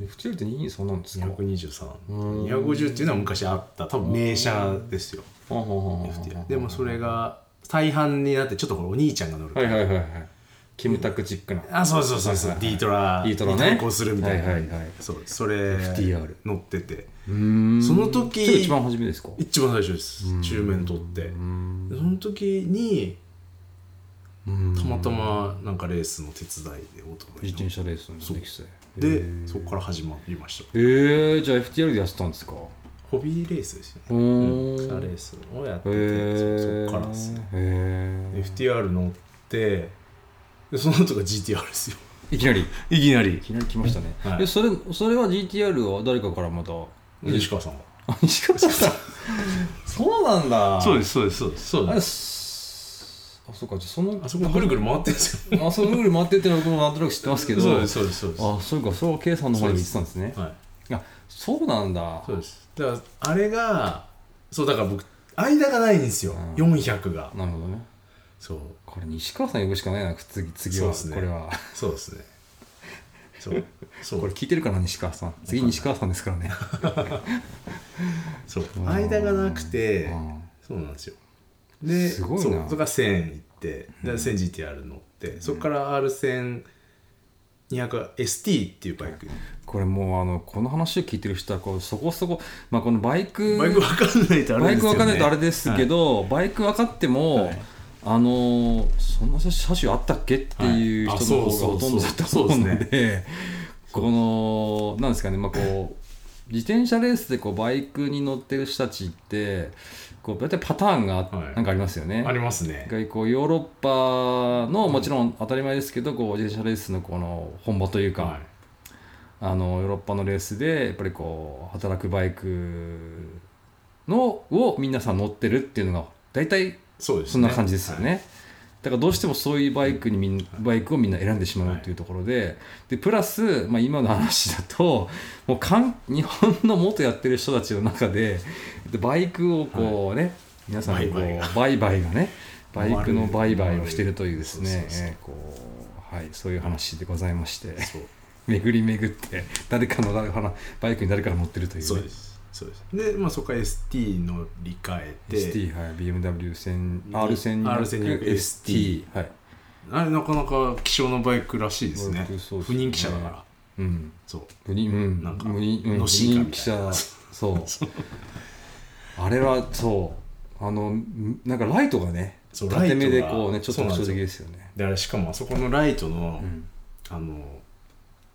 B: FTR って22なんですかん
A: 223223っていうのは昔あった多分名車ですよ FTR でもそれが大半になってちょっとこれお兄ちゃんが乗る
B: はいはいはいはいキムタクチックな
A: あそうそうそうそう
B: はいはい
A: D トラ
B: D トラね
A: に対抗するみた
B: は
A: い
B: いはいは
A: ないそうそれ
B: FTR
A: 乗ってて
B: うーん
A: その
B: そ
A: 時
B: れ一番初めですか
A: 一番最初です中面取ってでその時にたまたまなんかレースの手伝いで男の
B: 自
A: 人
B: 転車レースの歴史
A: でそこから始まりました
B: えー、じゃあ FTR でやってたんですか
A: ホビーレースですよね
B: お
A: レ
B: ー
A: ースをやって
B: へ
A: て
B: ー
A: そそっからですね
B: へー
A: FTR 乗ってでその後が GTR ですよ
B: いきなりい
A: いきなり
B: きなり来ましたね、
A: はい
B: でそれそれは GTR は誰かからまた
A: 西川さん
B: あ西川さんそうなんだ
A: が
B: す
A: すそうですそうですそ
B: あれすあそうかじゃあその
A: あそこぐるぐる回ってるんですよ
B: あそのルール回ってってのは僕もなんとなく知ってますけど
A: そうですそうですそうです
B: あそうかそう K さんの方に見てたんですね
A: はい
B: あそうなんだ
A: そうですだからあれがそうだから僕間がないんですよ400が
B: なるほどね
A: そう
B: これ西川さん呼ぶしかないな次次
A: そう
B: は、
A: ですね
B: これは
A: そうですねそうそう
B: これ聞いてるから西川さん次西川さんですからね
A: そう
B: うん
A: 間がなくて
B: うん
A: そうなんですよです
B: ごいな
A: そうそこから1000行ってで 1000GTR 乗って、そこから R1200ST っていうバイク、
B: これもうあのこの話を聞いてる人はこうそこそこ、まあ、このバイク
A: バイクわかんないとあれ
B: バイ
A: で
B: ク
A: すよ、
B: わ
A: ね、
B: かんないとあれですけど、バイク分かっても、
A: はい
B: あのーそんな車種あったっけっていう
A: はいあ
B: 人の方
A: そ
B: がほ
A: う
B: と
A: そ
B: んど
A: うそう
B: だと思う
A: そう
B: の
A: で
B: で、このなんですかね、まあこう自転車レースでこうバイクに乗ってる人たちって、こう大体パターンがあ
A: はい
B: なんかありますよね。
A: ありますね
B: 一回こうヨーロッパのもちろん当たり前ですけど、こう自転車レースのこの本場というか。
A: はい
B: あのヨーロッパのレースでやっぱりこう働くバイクのを皆さん乗ってるっていうのが大体
A: そうです
B: そんな感じですよね、だからどうしてもそういうバイクにみんバイクをみんな選んでしまうっていうところででプラス、まあ、今の話だともうかん日本の元やってる人たちの中ででバイクをこうね、皆さんこう
A: 売買が
B: 売買がねバイクの売買をしてるというです
A: そう
B: ね
A: そうそう
B: えーこうはいそういう話でございまして。
A: はいそう
B: 巡り巡って誰かのバイクに誰かが乗ってるという、ね、
A: そうですそうですで、まあ、そこから ST 乗り換えて
B: ST、はい、BMW 1000 R1200
A: R1200
B: ST はい、
A: あれなかなか希少なバイクらしいですね
B: そうですね
A: 不人気車だから
B: うん、
A: そう
B: 無人うん
A: なんか
B: 無人うん
A: のしいかみ
B: 無人
A: たいな
B: 車そう あれはそうあのんなんかライトがね
A: そう
B: 縦目で
A: ライトが
B: こうねちょっと
A: そう
B: 特
A: なん
B: 徴
A: です
B: 的
A: よ
B: ですよね
A: であれしかもあそこのライトの、
B: ん
A: あの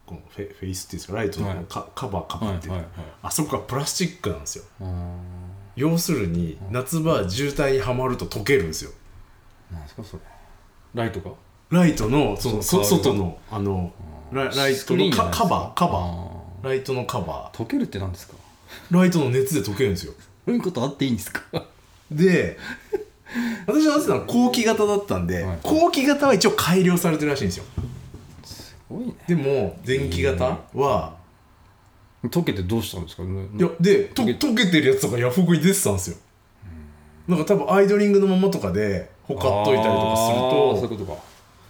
A: このフェフェイスっていうんですかライト
B: はい
A: のカ,、カバーか
B: はいは
A: ぶっ
B: い
A: て、
B: はい
A: あそこがプラスチックなんですよ
B: あー
A: 要するに夏場渋滞にはまると溶けるんですよ
B: なんですかそれライトか
A: ライトのその
B: そう
A: そ
B: カールが
A: 外のあのラライ
B: スク
A: ト
B: リー
A: の
B: ンじゃない
A: カ
B: です
A: カ
B: か
A: バーカバー
B: あ
A: ライトのカバ
B: ー溶けるって何ですか
A: ーライトの熱で溶けるんですよ
B: そういうことあっていいんですか
A: で私の乗ってたのは後期型だったんで、
D: はい
A: 後期型は一応改良されてるらしいんですよ
D: すごいね
A: でも前期型は、
D: 溶けてどうしたんですかね
A: いやでと溶けてるやつとかヤフオクに出てたんですよ、なんか多分アイドリングのままとかでほかっといたりと
D: あー
A: か
D: そう
A: す
D: いう
A: る
D: ことか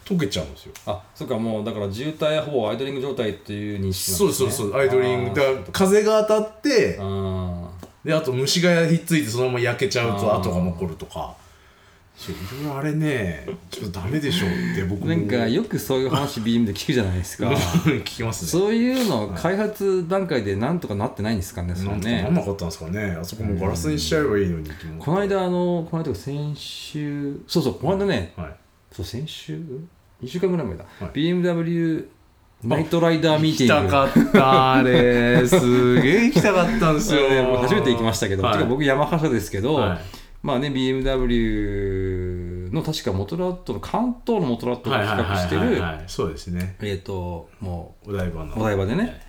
A: と溶けちゃうんですよ
D: あそっかもうだから渋滞ほぼアイドリング状態っていう認識
A: そうそうそうアイドリングだ
D: だ
A: から風が当たって
D: あ
A: であと虫がひっついてそのまま焼けちゃうと
D: あー
A: 跡が残るとかそういろいろあれねちょっとダメでしょうって僕も
B: なんかよくそういう話 BM で聞くじゃないですか
A: 聞きますね
B: そういうの開発段階でなんとかなってないんですかねそ
A: な
B: の
A: んとかなん
B: ね
A: なかったんですかねあそこもガラスにしちゃえばいいのにと思って
B: この間あのこの間先週そうそうこの間ね
A: はい
B: そう先週2週間ぐらい前だ、
A: はい
B: BMW ナイトライダーミーティング
A: 行きたかったあれすげえ行きたかったんです
B: それ
A: よ
B: ね 僕初めて行きましたけど、
A: はい
B: てか僕ヤマハ車ですけど、
A: はい
B: まあね BMW の確かモトラットの関東のモトラットと比
A: はいはい
B: 較して
A: はい
B: る
A: はいはいそうですね
B: えっ、とも
A: お台場の
B: うお台場で
A: はい
B: ね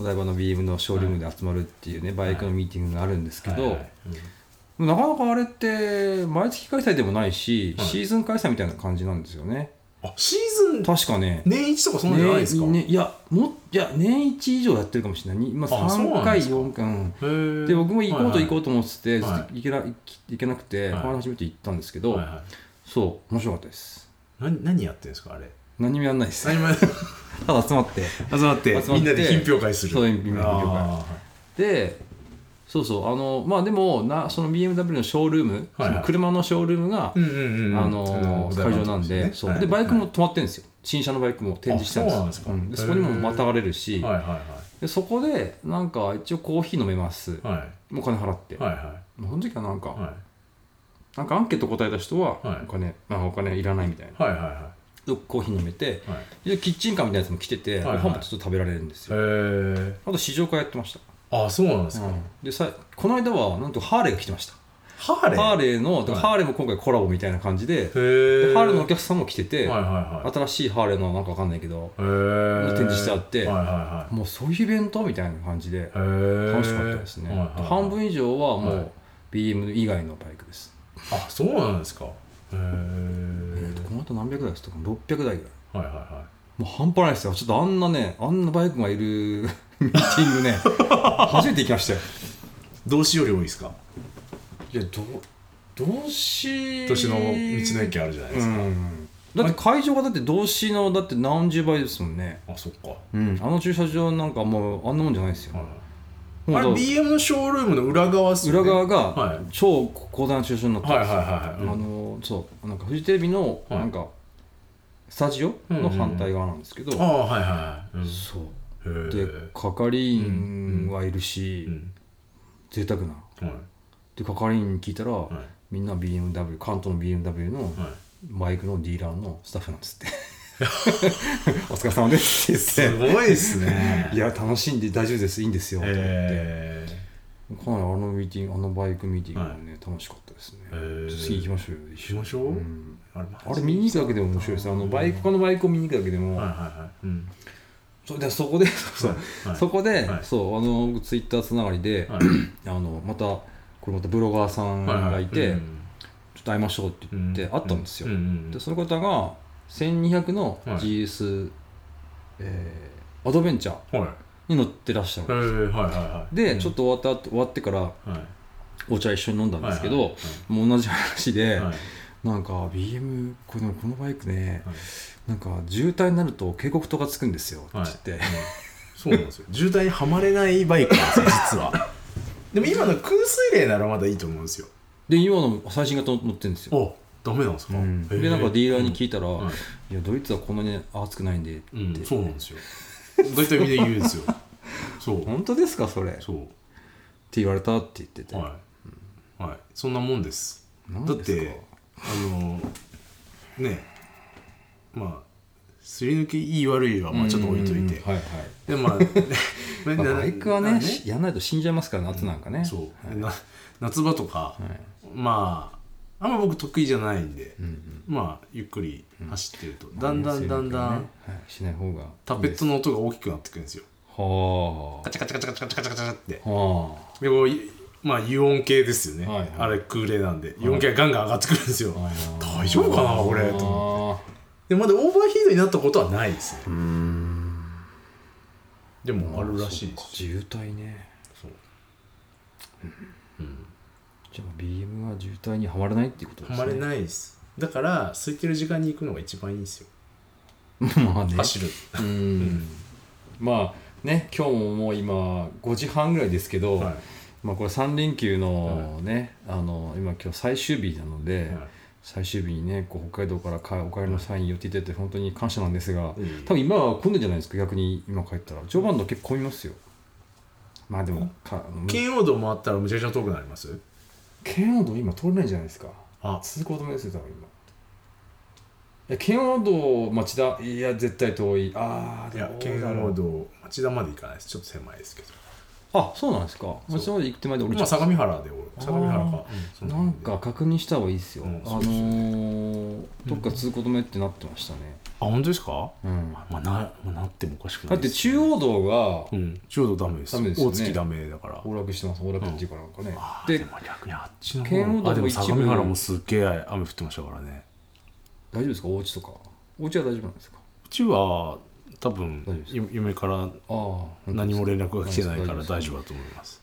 B: お台場の BM のショールームで集まるっていうねバイクのミーティングがあるんですけど、
A: はいはいうん
B: なかなかあれって毎月開催でもないし、
A: はい
B: シーズン開催みたいな感じなんですよね
A: あシーズン
B: 確かね
A: 年一とかそんなんじゃないですか、
B: ねねいやもいや年1以上やってるかもしれない、まあ、
A: あそう
B: 3
A: なんで
B: 回
A: すか
B: 4回うん
A: へー
B: で僕も行こうと行こ
A: は
B: うと思ってて、
A: はい
B: ずっと行けな行行けなくて、
A: はい
B: この話初めて行ったんですけ
A: い
B: ど、
A: はいはいはい
B: そう面白かったです
A: 何何やってんで すかあれ
B: 何もやんないです
A: 何もやって
B: ただ集まって
A: 集まって
B: 集まって
A: みんなで品評会する
B: そうみんなで品評会
A: あ
B: でそうそうあのまあでもなその BMW のショールーム、
A: はいはい
B: その車のショールームが、
A: ーうんうんうん
B: あの
A: うん
B: 会場なんで,、そう
A: はい
B: でバイクも止まってるんですよ新車のバイクも展示してるんです
A: あそうなんですか
B: でそこにもまたがれるし、
A: はいはいは
B: でそこでなんか一応コーヒー飲めます
A: いはい
B: もうお金払って、
A: はい
B: もうその時はなんか、
A: はい
B: なんかアンケート答えた人は
A: はい
B: お金、まあお金いらないみたいな
A: はいはいは
B: でコーヒー飲めて
A: いはい
B: でキッチンカーみたいなやつも来てて、
A: はいはい
B: ご飯もちょっと食べられるんですよ
A: へえ
B: あと試乗会やってました
A: あそうなんですか
B: でさこの間はなんとハーレーが来てました
A: ハーレー
B: ハー
A: レ
B: レーの、だから
A: はい
B: ハーレーも今回コラボみたいな感じで,、
A: ーへ
B: で
A: え
B: ハーレーのお客さんも来てて、
A: はいはいは
B: 新しいハーレーのなんかわかんないけど
A: いへえ
B: 展示してあって
A: はいはいは
B: もうそういうイベントみたいな感じで
A: いへえ
B: 楽しかったですね、
A: はいはいはい
B: 半分以上はも
A: はいう
B: BM 以外のバイクです、
A: あそうなんですかへえ
B: えーとこの後何百台ですとか600台ぐらい
A: はいはいは
B: もう半端ないですよちょっとあんなねあんなバイクがいる ミーティ ングね初めて行きましたよ
A: い動詞より多いですか
B: いやど同志
A: 年の道の駅あるじゃないで
B: う
A: すか
B: んだって会場がだって同志のだって何十倍ですもんね
A: あそっかは
B: うんあの駐車場なんかもうあんなもんじゃないですよ
A: いはい
B: も
A: あ
B: う
A: れ
B: だ
A: BM のショールームの裏側っす
B: 裏
A: よね
B: 側
A: はい
B: が超広大な駐車場になって
A: はい
B: るんですよ
A: はいはいはい、
B: あのそうなんかフジテレビの
A: はい
B: なんかスタジオの反対側なんですけど、
A: うんああはいはいはい、
B: そう
A: うん、へ
B: で
A: え
B: 係員はいるし、
A: うん
B: 贅沢な
A: はい
B: で係員に聞いたら、
A: はい
B: みんな BMW 関東の BMW の
A: はい
B: バイクのディーラーのスタッフなんですって お疲れ様ですって
A: す
B: 言っ
A: ごいです
B: て
A: ね
B: いや楽しんで大丈夫ですいいんですよって言って、
A: え
B: かなりあのミーティングあのバイクミーティングもね、楽しかったですね、
A: えー
B: ちょっと次行きましょうよ
A: ー、しましょう、
B: うん
A: あれマジ
B: あれ見に行くだけでも面白いですあのバイク他のバイクを見に行くだけでも、
A: はいはいはい、うん
B: そうでそこでそうそう
A: はい
B: そこで、
A: はい
B: そうあのツイッターつながりで、
A: はい
B: あのまたこれまたブロガーさん
A: はいは
B: が
A: い
B: いて、ちょっと会いましょうって
A: う
B: 言って会ったんですよ、
A: うんうん
B: でその方が1200の GS、えーアドベンチャー
A: はい
B: に乗ってらっしゃ
A: え
B: る、
A: ー、はいはいはい
B: でちょっと終わった終わってから
A: と、はい
B: お茶一緒に飲んだんですけど、
A: はい
B: もう同じ話で、
A: はいはい
B: なんか BM これでもこのバイクねなんか渋滞になると警告灯がつくんですよって言って、
A: うんそうなんですよ渋滞にはまれないバイクな んですよ実はでも今の空水冷ならまだいいと思うんですよ
B: で今の最新型乗ってるんですよ、
A: あダメなんですか、
B: うん
A: へー
B: でなんかディーラーに聞いたら、
A: はい
B: いやドイツはこんなに暑くないんでって、
A: うん、そうなんですよ大体みんな言うんですよ そう
B: 本当ですかそれって
A: そ
B: 言われたって言ってて、
A: うはい、はい、そんなもんです
B: なん
A: だっ
B: ですか
A: てあのねまあすり抜けいい悪いはまあちょっと置いといて、
B: はいはい
A: でまあ
B: まあバイクはね
A: な
B: しやんないと死んじゃいますから夏なんかね、
A: そう
B: は、い
A: な夏場とか、まああんま僕得意じゃないんで、まあゆっくり走ってると、だんだんだんだん、
B: はい、しない方がいい
A: タペットの音が大きくなってくるんですよ
B: は
A: カチャカチャカチャカチャカチャカチャカチャって
B: あはあ
A: でこういまあイオン系ですよね、
B: はいはい
A: あれ空冷なんでイオン系がガンガン上がってくるんですよ、大丈夫かなこれと思って
B: あ
A: でまだオーバーヒートになったことはないですねでもあるらしいです
B: 渋滞ね
A: そう
B: じゃあ BM は渋滞にはまれないっていうことです
A: はまれないですだから空いてる時間に行くのが一番いいんですよ
B: い まあね
A: 走る
B: うんまあね今日ももう今5時半ぐらいですけど、
A: はい
B: まあこれ3連休のね、あの今今日最終日なので、
A: はい
B: 最終日にねこう北海道からかお帰りの際に寄っていただいて本当に感謝なんですが、
A: うん
B: 多分今は混んでんじゃないですか逆に今帰ったら常磐道結構混みますよまあでもか
A: 圏央道回ったらむちゃくちゃ遠くなります
B: 圏央道今通れないんじゃないですか
A: あ
B: 通行止めですよ多分今いや圏央道町田いや絶対遠いああ
A: いや圏央道町田まで行かないですちょっと狭いですけど
B: あそうなんですか
A: そう
B: 町田まで行く手前で降りち
A: ま
B: ゃ
A: あ
B: う
A: 相模原で俺
B: あー
A: 相模原かう
B: なんか確認した方がいいですよ、
A: うん
B: あ
A: そ
B: の
A: うですよ
B: ー、どっか通行止めってなってましたね、
A: あ本当ですか
B: うん
A: まあなまあなってもおかしくな
B: だ
A: い
B: って
A: です
B: 中央道が
A: うん中央道ダメです
B: ダメですよね
A: 大月ダメだから
B: 崩落してます崩落っていうかなんかね、
A: あーで
B: で
A: も逆にあっちの
B: 圏央道も
A: あでも
B: 一部
A: 相模原もすっげえ雨降ってましたからね
B: 大丈夫ですかお家とかお家は大丈夫なんですか
A: うちは多分
B: 大丈夫です
A: ゆ嫁から
B: ああ
A: 何も連絡が来てないから
B: 大丈
A: 大丈夫だと思います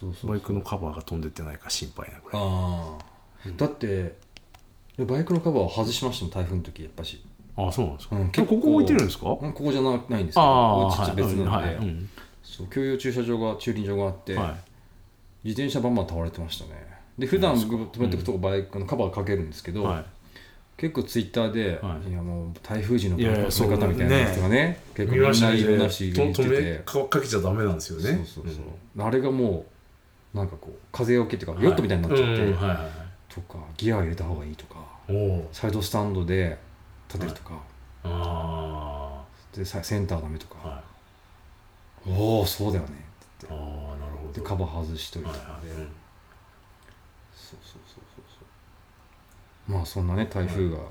B: そうそう
A: バイクのカバーが飛んでってないか心配なぐらい
B: ああ、だってバイクのカバーを外しましたもん台風の時やっぱし、
A: ああそうなんですか、
B: うん
A: ここ置いてるんですかあ
B: うんここじゃなないんですけどお
A: あ
B: 家
A: ー
B: と別なので、
A: はいはいうん
B: そう共用駐車場が駐輪場があって、
A: はい
B: 自転車バンバン倒れてましたねで普段僕止めてくとこバイクのカバーかけるんですけど、
A: はい
B: 結構ツイッターで、
A: はい
B: い、やもう台風時のバ
A: い
B: イク
A: やい
B: の
A: や
B: 止め方みたいなやつがね結構みんないろんな人言って
A: 止め
B: て
A: かかけちゃダメなんですよね
B: そうそうそう、あれがもうなんかこう風よけっていうかヨットみたいになっちゃって、
A: うんはいはいはい
B: とかギア入れた方がいいとか
A: おお
B: サイドスタンドで立てるとか、
A: あ
B: でさセンターダメと
A: あ
B: か、
A: はい
B: おおそうだよね
A: ああなるほ
B: で
A: ど
B: カバー外しといた
A: はい
B: ので、
A: はい
B: そうそうそうそうそうまあそんなね台風が
A: うんいや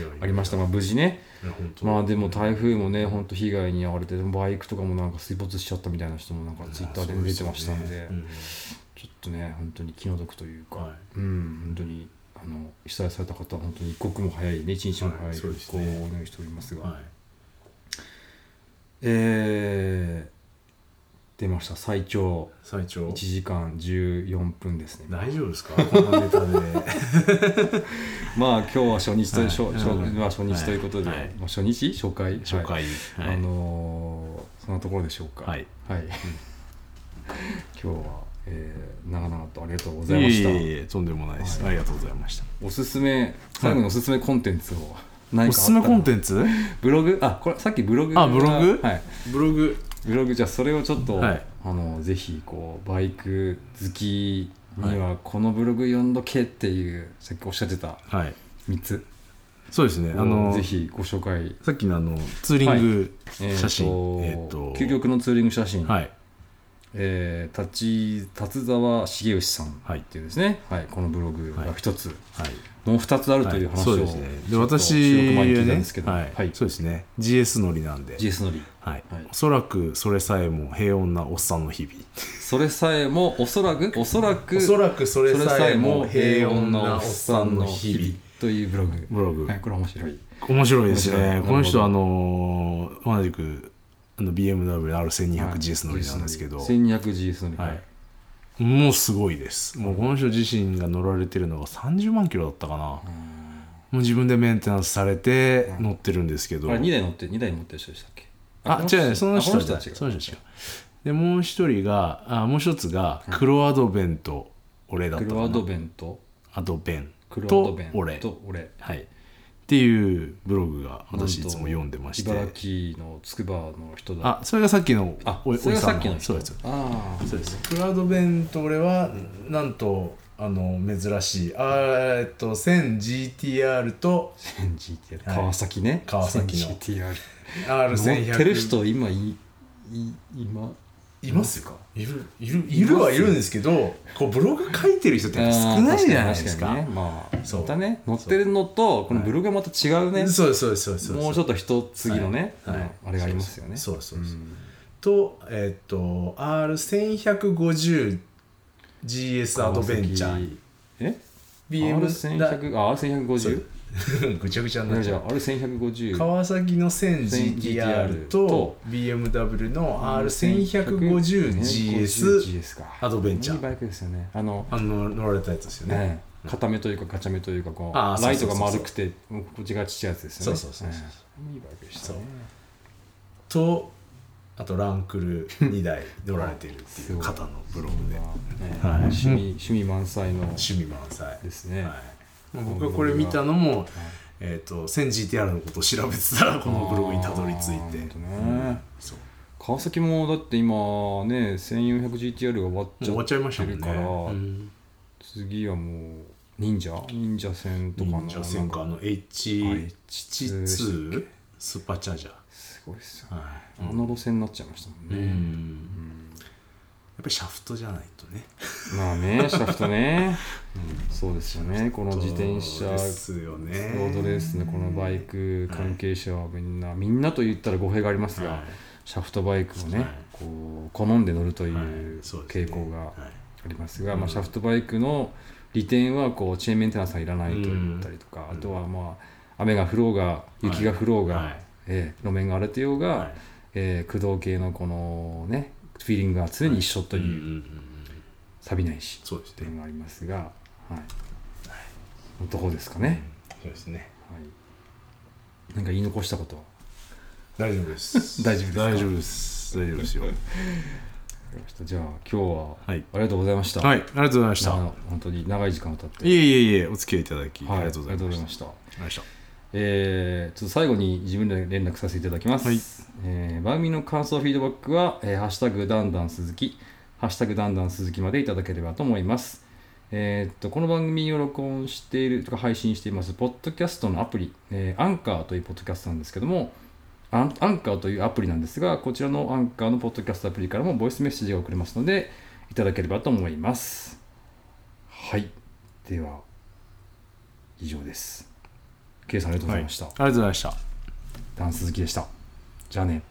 A: いや
B: ありましたが無事ね
A: いや本当
B: まあでも台風もねほんと被害に遭われてバイクとかもなんか水没しちゃったみたいな人もなんかツイッターで出てましたんで
A: そう
B: ちょっとね本当に気の毒という
A: す
B: か、
A: よねはい
B: うん本当にあの被災された方は本当に一刻も早いね一日も
A: は
B: 早
A: い
B: い
A: そう
B: 復
A: です
B: 興を
A: ね
B: お願いしておりますが、
A: はい
B: えー、出ました最長
A: 最長
B: 1時間14分ですね
A: 大丈夫ですかこのネタで
B: まあ今日は初日という、
A: はい
B: 初初
A: うん
B: まあ、初日ということで、
A: はい
B: まあ、初日初回
A: 紹
B: はい
A: 介は
B: あ
A: い
B: のーそんなところでしょうか
A: はい、
B: はい 今日は、えー長々とありがとうご
A: ご
B: ざいました
A: とんでもないです
B: はい
A: ありがとうございました
B: おすすめ最後におすすめコンテンツを何
A: お
B: かあったら
A: すすめコンテンツ
B: ブログあこれさっきブログ
A: あブログ
B: はい
A: ブログ
B: ブログじゃあそれをちょっと、
A: はい
B: あのぜひこうバイク好きにはこのブログ読んどけっていう、さっきおっしゃってた
A: はい
B: 3つ
A: そうですねあの
B: ぜひご紹介
A: さっきのあのツーリング写真
B: え
A: え
B: ー
A: っ
B: と
A: と
B: 究極のツーリング写真、
A: はい
B: えー立ち達沢茂吉さんっていうですね、はいこのブログが一つ、
A: はい
B: もう二つあるという
A: はい
B: 話を、
A: そうですね
B: ち
A: で
B: ょっと
A: 私
B: 収録前に聞いたん
A: ね
B: ですけど、
A: はい
B: はい
A: そうですね GS 乗りなんで
B: GS のり
A: はい
B: はい
A: おそらくそれさえも平穏なおっさんの日々
B: それさえもおそらくおそらく
A: おそらくそれ
B: それ
A: さ
B: さえ
A: えも
B: も
A: 平
B: 平
A: 穏
B: 穏
A: な
B: な
A: お
B: お
A: っ
B: っ
A: さ
B: さ
A: ん
B: ん
A: の
B: の
A: 日
B: 日
A: 々
B: 々というブログ
A: ブログ
B: はい、これ面白い
A: 面白いです
B: 面白いな
A: ね
B: るほど
A: この人あのー同じくあの BMW R1200GS 乗りなんですけど、
B: はい 1200GS のり、
A: はいもうすごいですもうこの人自身が乗られてるのが30万キロだったかなもう自分でメンテナンスされて乗ってるんですけど
B: あれ2台乗って2台乗ってる人でしたっけ
A: あ違うねその人
B: あこ
A: は
B: 人たち
A: その人は違うでもう一人があもう一つが黒アドベント俺だったか
B: 黒
A: な
B: アドベント
A: アドベン
B: 黒アド
A: と
B: ベント
A: 俺
B: と俺
A: はいっていうブログが私いつも読んでまして
B: 茨城のつくばの人だ
A: あそれがさっきの
B: あ
A: お
B: それがさっき
A: お
B: の
A: じさ
B: 人
A: んそうです
B: ああ
A: そうですクラウドベント俺はなんとあの珍しいあーえっと 1000GTR と
B: GTR 川崎ね
A: 川崎の
B: GTR 乗
A: R1100
B: ってる人今いい今
A: いますかいるいるいるはいるんですけどこうブログ書いてる人ってやっぱ少ないじゃないですか
B: 確に確にねまあ
A: そう
B: またね乗ってるのとこのブログはまた違うね
A: そうですそうですそうです
B: もうちょっと一次のね、
A: はいはい
B: あのあれがありますよね。
A: そうそうそう
B: うん
A: とえっと R1150 GS アドベンチャー
B: え
A: BM だ
B: ?R1100 あ R1150?
A: ぐちゃぐちゃにな
B: な
A: っ
B: んじ
A: ち
B: ゃ
A: ゃ
B: あ
A: う
B: R1150
A: 川崎の 1000GTR と
B: と
A: BMW の R1150GS
B: か
A: アドベンチャ
B: いいバ
A: ー
B: イクですよねあの
A: あの乗られたやつですよね
B: ね固めというかガチャめというかこ
A: あー
B: う
A: そう
B: ライ
A: そ
B: ト
A: うそ
B: が
A: う
B: 丸くてこっちがちっちゃいやつですよね
A: そうそうそうそう
B: うんいいバイクでしたね
A: とあとランクル2台乗られてるっていう方のブログで
B: まあね
A: はい
B: 趣味趣味満載の
A: 趣味満載
B: ですね
A: はいまあ僕がこれ見たのも、えー、と 1000GTR のことを調べてたらこのブログにたどり着いて、
B: あーなるほどね
A: んそう
B: 川崎もだって今ね 1400GTR が終わっち
A: 終わ
B: ゃ
A: っちゃいました
B: っ
A: も
B: て
A: ん
B: る
A: ね
B: から、
A: うん
B: 次はもう忍者忍者戦とかの
A: 忍者戦
B: な
A: 艦
B: んか
A: の H2
B: H2
A: スーパーチャージャ
B: すごいっすよ
A: ー、
B: ね
A: は
B: あの路線になっちゃいましたもん
A: いうん
B: ね、
A: やっぱりシャフトじゃないとね
B: まあ ねシャフトね、そうですよねこの自転車
A: そう
B: ロ
A: ですよね
B: ードレースのこのバイク関係者はみんな、みんなと言ったら語弊がありますが、
A: はい
B: シャフトバイクをね、
A: はい
B: こう好んで乗るとい
A: は
B: う
A: いそうですね
B: 傾向が
A: はい
B: ありますが、まあ、シャフトバイクの利点はこうチェーンメンテナンスがいらないと言ったりとか、
A: うん
B: あとはまあ雨が降ろうが雪が降ろうが、
A: はい
B: えー路面が荒れてようが、
A: はい
B: えー駆動系のこのねフィーリングが常に一緒と
A: うんう
B: い
A: ん
B: う、
A: うん
B: 錆びないし
A: そうですね
B: 点がありますが、はい、どこですかね、
A: そうですね
B: はい、なんか言い残したことは
A: 大丈夫です
B: 大丈夫ですか
A: 大丈夫です大丈夫ですよ
B: ありましたじゃあ今日はあ
A: はい
B: りがとうございました、
A: はいありがとうございまし
B: あ
A: た
B: の本当に長い時間をたって
A: いえいえいえお付き合いいただき、
B: はい
A: ありがとうございました
B: した
A: ありがとう
B: えーちょっと最後に自分で連絡させていただきます、
A: はい
B: えー番組の感想フィードバックは「えーハッシュタグだんだん鈴木」「ハッシュタグだんだん鈴木」までいただければと思いますえーっとこの番組を録音しているとか配信していますポッドキャストのアプリ、えーアンカーというポッドキャストなんですけどもアンアンカーというアプリなんですがこちらのアンカーのポッドキャストアプリからもボイスメッセージが送れますのでいただければと思いますはいでは以上です K さんありがとうござ
A: ござい
B: い
A: ま
B: ま
A: し、
B: したた、
A: はいありがとうございました
B: ダンス好きでした。じゃあね。